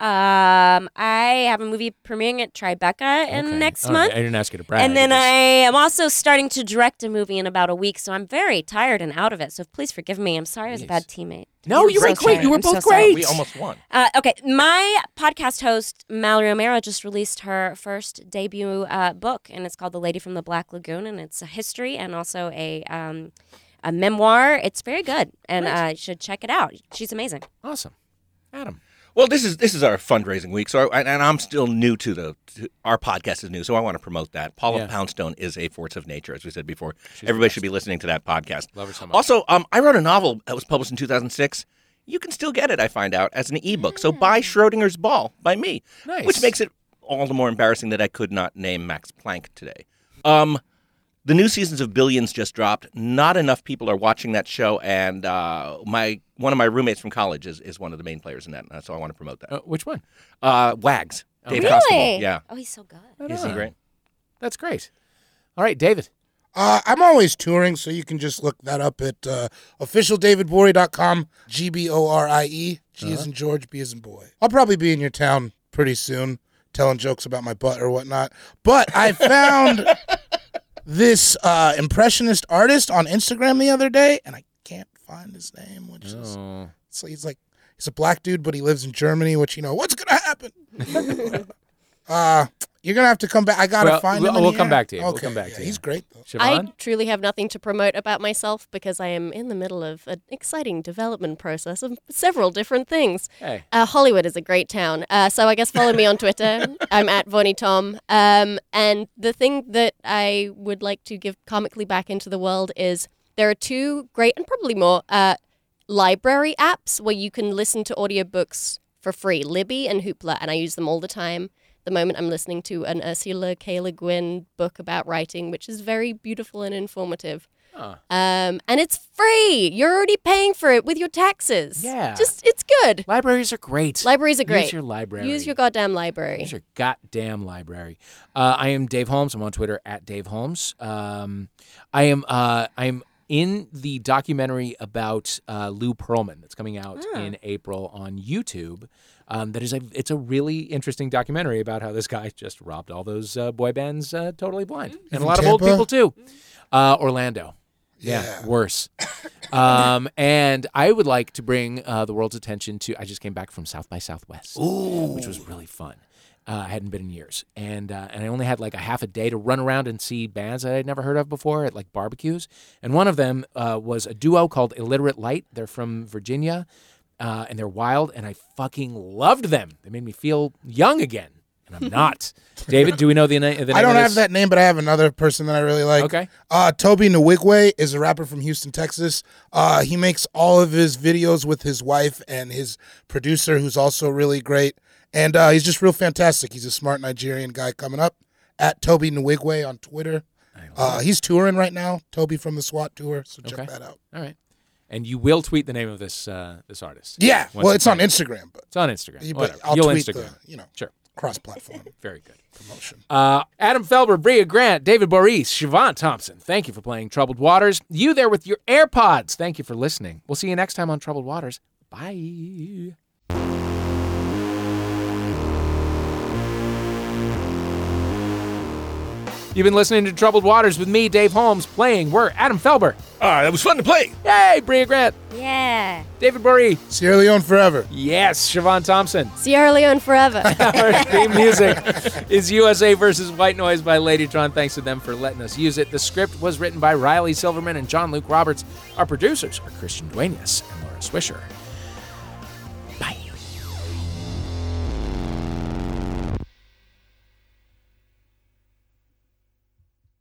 Speaker 3: Um, I have a movie premiering at Tribeca in next
Speaker 1: All right,
Speaker 3: month.
Speaker 1: Oh, I didn't ask you to brag.
Speaker 3: And then
Speaker 1: I
Speaker 3: I am also starting to direct a movie in about a week, so I'm very tired and out of it. So please forgive me. I'm sorry I was a bad teammate.
Speaker 1: No,
Speaker 3: I'm
Speaker 1: you were
Speaker 3: so
Speaker 1: great.
Speaker 3: sorry.
Speaker 1: You were
Speaker 3: I'm so
Speaker 1: both
Speaker 3: sorry.
Speaker 1: great. We almost won.
Speaker 3: Uh, okay, my podcast host Mallory O'Mara just released her first debut uh, book, and it's called "The Lady from the Black Lagoon," and it's a history and also a um, a memoir. It's very good, and uh, you should check it out. She's amazing.
Speaker 1: Awesome, Adam.
Speaker 2: Well, this is this is our fundraising week, so I, and I'm still new to the to, our podcast is new, so I want to promote that. Paula
Speaker 1: Yeah.
Speaker 2: Poundstone is a force of nature, as we said before. Everybody should be listening to that podcast.
Speaker 1: Love her so much.
Speaker 2: Also, um, I wrote a novel that was published in 2006. You can still get it, I find out, as an ebook. So buy Schrodinger's Ball by me,
Speaker 1: Mm. Nice.
Speaker 2: which makes it all the more embarrassing that I could not name Max Planck today. Um, the new seasons of Billions just dropped. Not enough people are watching that show, and uh, my one of my roommates from college is, is one of the main players in that, uh, so I want to promote that.
Speaker 1: which one?
Speaker 2: Uh, Wags.
Speaker 1: Oh,
Speaker 2: Dave
Speaker 1: really?
Speaker 2: Constable. Yeah.
Speaker 3: Oh, he's so good.
Speaker 1: Right
Speaker 2: Isn't he
Speaker 1: on.
Speaker 2: great?
Speaker 1: That's great. All right, David.
Speaker 4: Uh, I'm always touring, so you can just look that up at uh, officialdavidbory.com. G B O R I E. G
Speaker 1: Uh-huh.
Speaker 4: is in George, B is in boy. I'll probably be in your town pretty soon, telling jokes about my butt or whatnot. But I found this uh, impressionist artist on Instagram the other day, and I can't find his name, which is so he's like he's a black dude, but he lives in Germany. Which you know, what's gonna happen? uh, you're gonna have to come back. I gotta
Speaker 1: Well,
Speaker 4: find
Speaker 1: we'll-
Speaker 4: him. in
Speaker 1: we'll
Speaker 4: the
Speaker 1: come
Speaker 4: air.
Speaker 1: back to you.
Speaker 4: Okay,
Speaker 1: We'll come back
Speaker 4: yeah,
Speaker 1: to you.
Speaker 4: He's great though.
Speaker 5: I truly have nothing to promote about myself because I am in the middle of an exciting development process of several different things.
Speaker 1: Hey.
Speaker 5: Uh, Hollywood is a great town. Uh, so I guess follow me on Twitter. I'm at Vonnie Tom. Um, and the thing that I would like to give comically back into the world is there are two great, and probably more, uh, library apps where you can listen to audiobooks for free Libby and Hoopla. And I use them all the time. The moment I'm listening to an Ursula K. Le Guin book about writing, which is very beautiful and informative. Um, and it's free. You're already paying for it with your taxes.
Speaker 1: Yeah.
Speaker 5: Just, it's good.
Speaker 1: Libraries are great.
Speaker 5: Libraries are great.
Speaker 1: Use your library.
Speaker 5: Use your goddamn library.
Speaker 1: Use your goddamn library. Uh, I am Dave Holmes. I'm on Twitter at Dave Holmes. Um, I am uh, I am in the documentary about uh, Lou Pearlman that's coming out in April on YouTube. Um, that is a it's a really interesting documentary about how this guy just robbed all those uh, boy bands uh, totally blind and a
Speaker 4: From
Speaker 1: lot of old
Speaker 4: Tampa?
Speaker 1: people too. Uh, Orlando. Yeah, worse. um, and I would like to bring uh, the world's attention to. I just came back from South by Southwest, which was really fun. Uh, I hadn't been in years, and uh, and I only had like a half a day to run around and see bands that I'd never heard of before at like barbecues. And one of them uh, was a duo called Illiterate Light. They're from Virginia, uh, and they're wild, and I fucking loved them. They made me feel young again, and I'm not. David, do we know the, na- the name?
Speaker 4: I don't
Speaker 1: of
Speaker 4: have
Speaker 1: this?
Speaker 4: that name, but I have another person that I really like.
Speaker 1: Okay.
Speaker 4: Uh, Toby Nwigwe is a rapper from Houston, Texas. Uh, he makes all of his videos with his wife and his producer, who's also really great. And uh, he's just real fantastic. He's a smart Nigerian guy coming up at Toby Nwigwe on Twitter. Uh, he's touring right now, Toby from the SWAT tour. So check that out.
Speaker 1: All right. And you will tweet the name of this uh, this artist.
Speaker 4: Yeah.
Speaker 1: Once
Speaker 4: well, it's on
Speaker 1: done.
Speaker 4: Instagram, but
Speaker 1: It's on Instagram.
Speaker 4: Yeah, but
Speaker 1: Whatever.
Speaker 4: I'll
Speaker 1: You'll
Speaker 4: tweet the,
Speaker 1: Instagram.
Speaker 4: you know,
Speaker 1: sure.
Speaker 4: cross-platform
Speaker 1: Very good.
Speaker 4: promotion.
Speaker 1: Uh, Adam Felber, Bria Grant, David Boris, Siobhan Thompson. Thank you for playing Troubled Waters. You there with your AirPods. Thank you for listening. We'll see you next time on Troubled Waters. Bye. You've been listening to Troubled Waters with me, Dave Holmes, playing. We're Adam Felber.
Speaker 2: Ah, that was fun to play.
Speaker 1: Yay, Bria Grant,
Speaker 3: Yeah.
Speaker 1: David Boris.
Speaker 4: Sierra Leone forever.
Speaker 1: Yes, Siobhan Thompson.
Speaker 5: Sierra Leone forever.
Speaker 1: Our theme music is USA versus White Noise by Ladytron. Thanks to them for letting us use it. The script was written by Riley Silverman and John Luke Roberts. Our producers are Christian Duenas and Laura Swisher.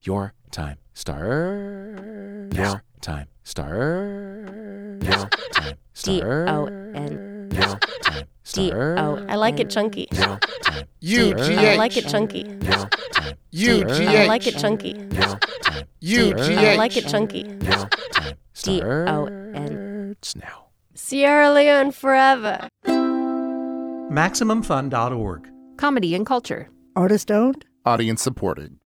Speaker 1: Your time starts. Your time starts. Your time
Speaker 5: D O
Speaker 1: starts.
Speaker 5: N.
Speaker 1: Your time
Speaker 5: D O. Oh, I like it chunky.
Speaker 1: Your time
Speaker 5: U
Speaker 1: starts.
Speaker 5: G H. I like it chunky.
Speaker 1: Your time
Speaker 5: U G H. I
Speaker 1: starts.
Speaker 5: like it chunky.
Speaker 1: Your time
Speaker 4: U
Speaker 5: Deep.
Speaker 4: G
Speaker 5: I
Speaker 4: H.
Speaker 5: like it chunky.
Speaker 1: Now, time
Speaker 5: D O
Speaker 1: starts now.
Speaker 5: Sierra Leone forever.
Speaker 15: MaximumFun.org.
Speaker 16: Comedy and culture.
Speaker 17: Artist owned.
Speaker 18: Audience supported.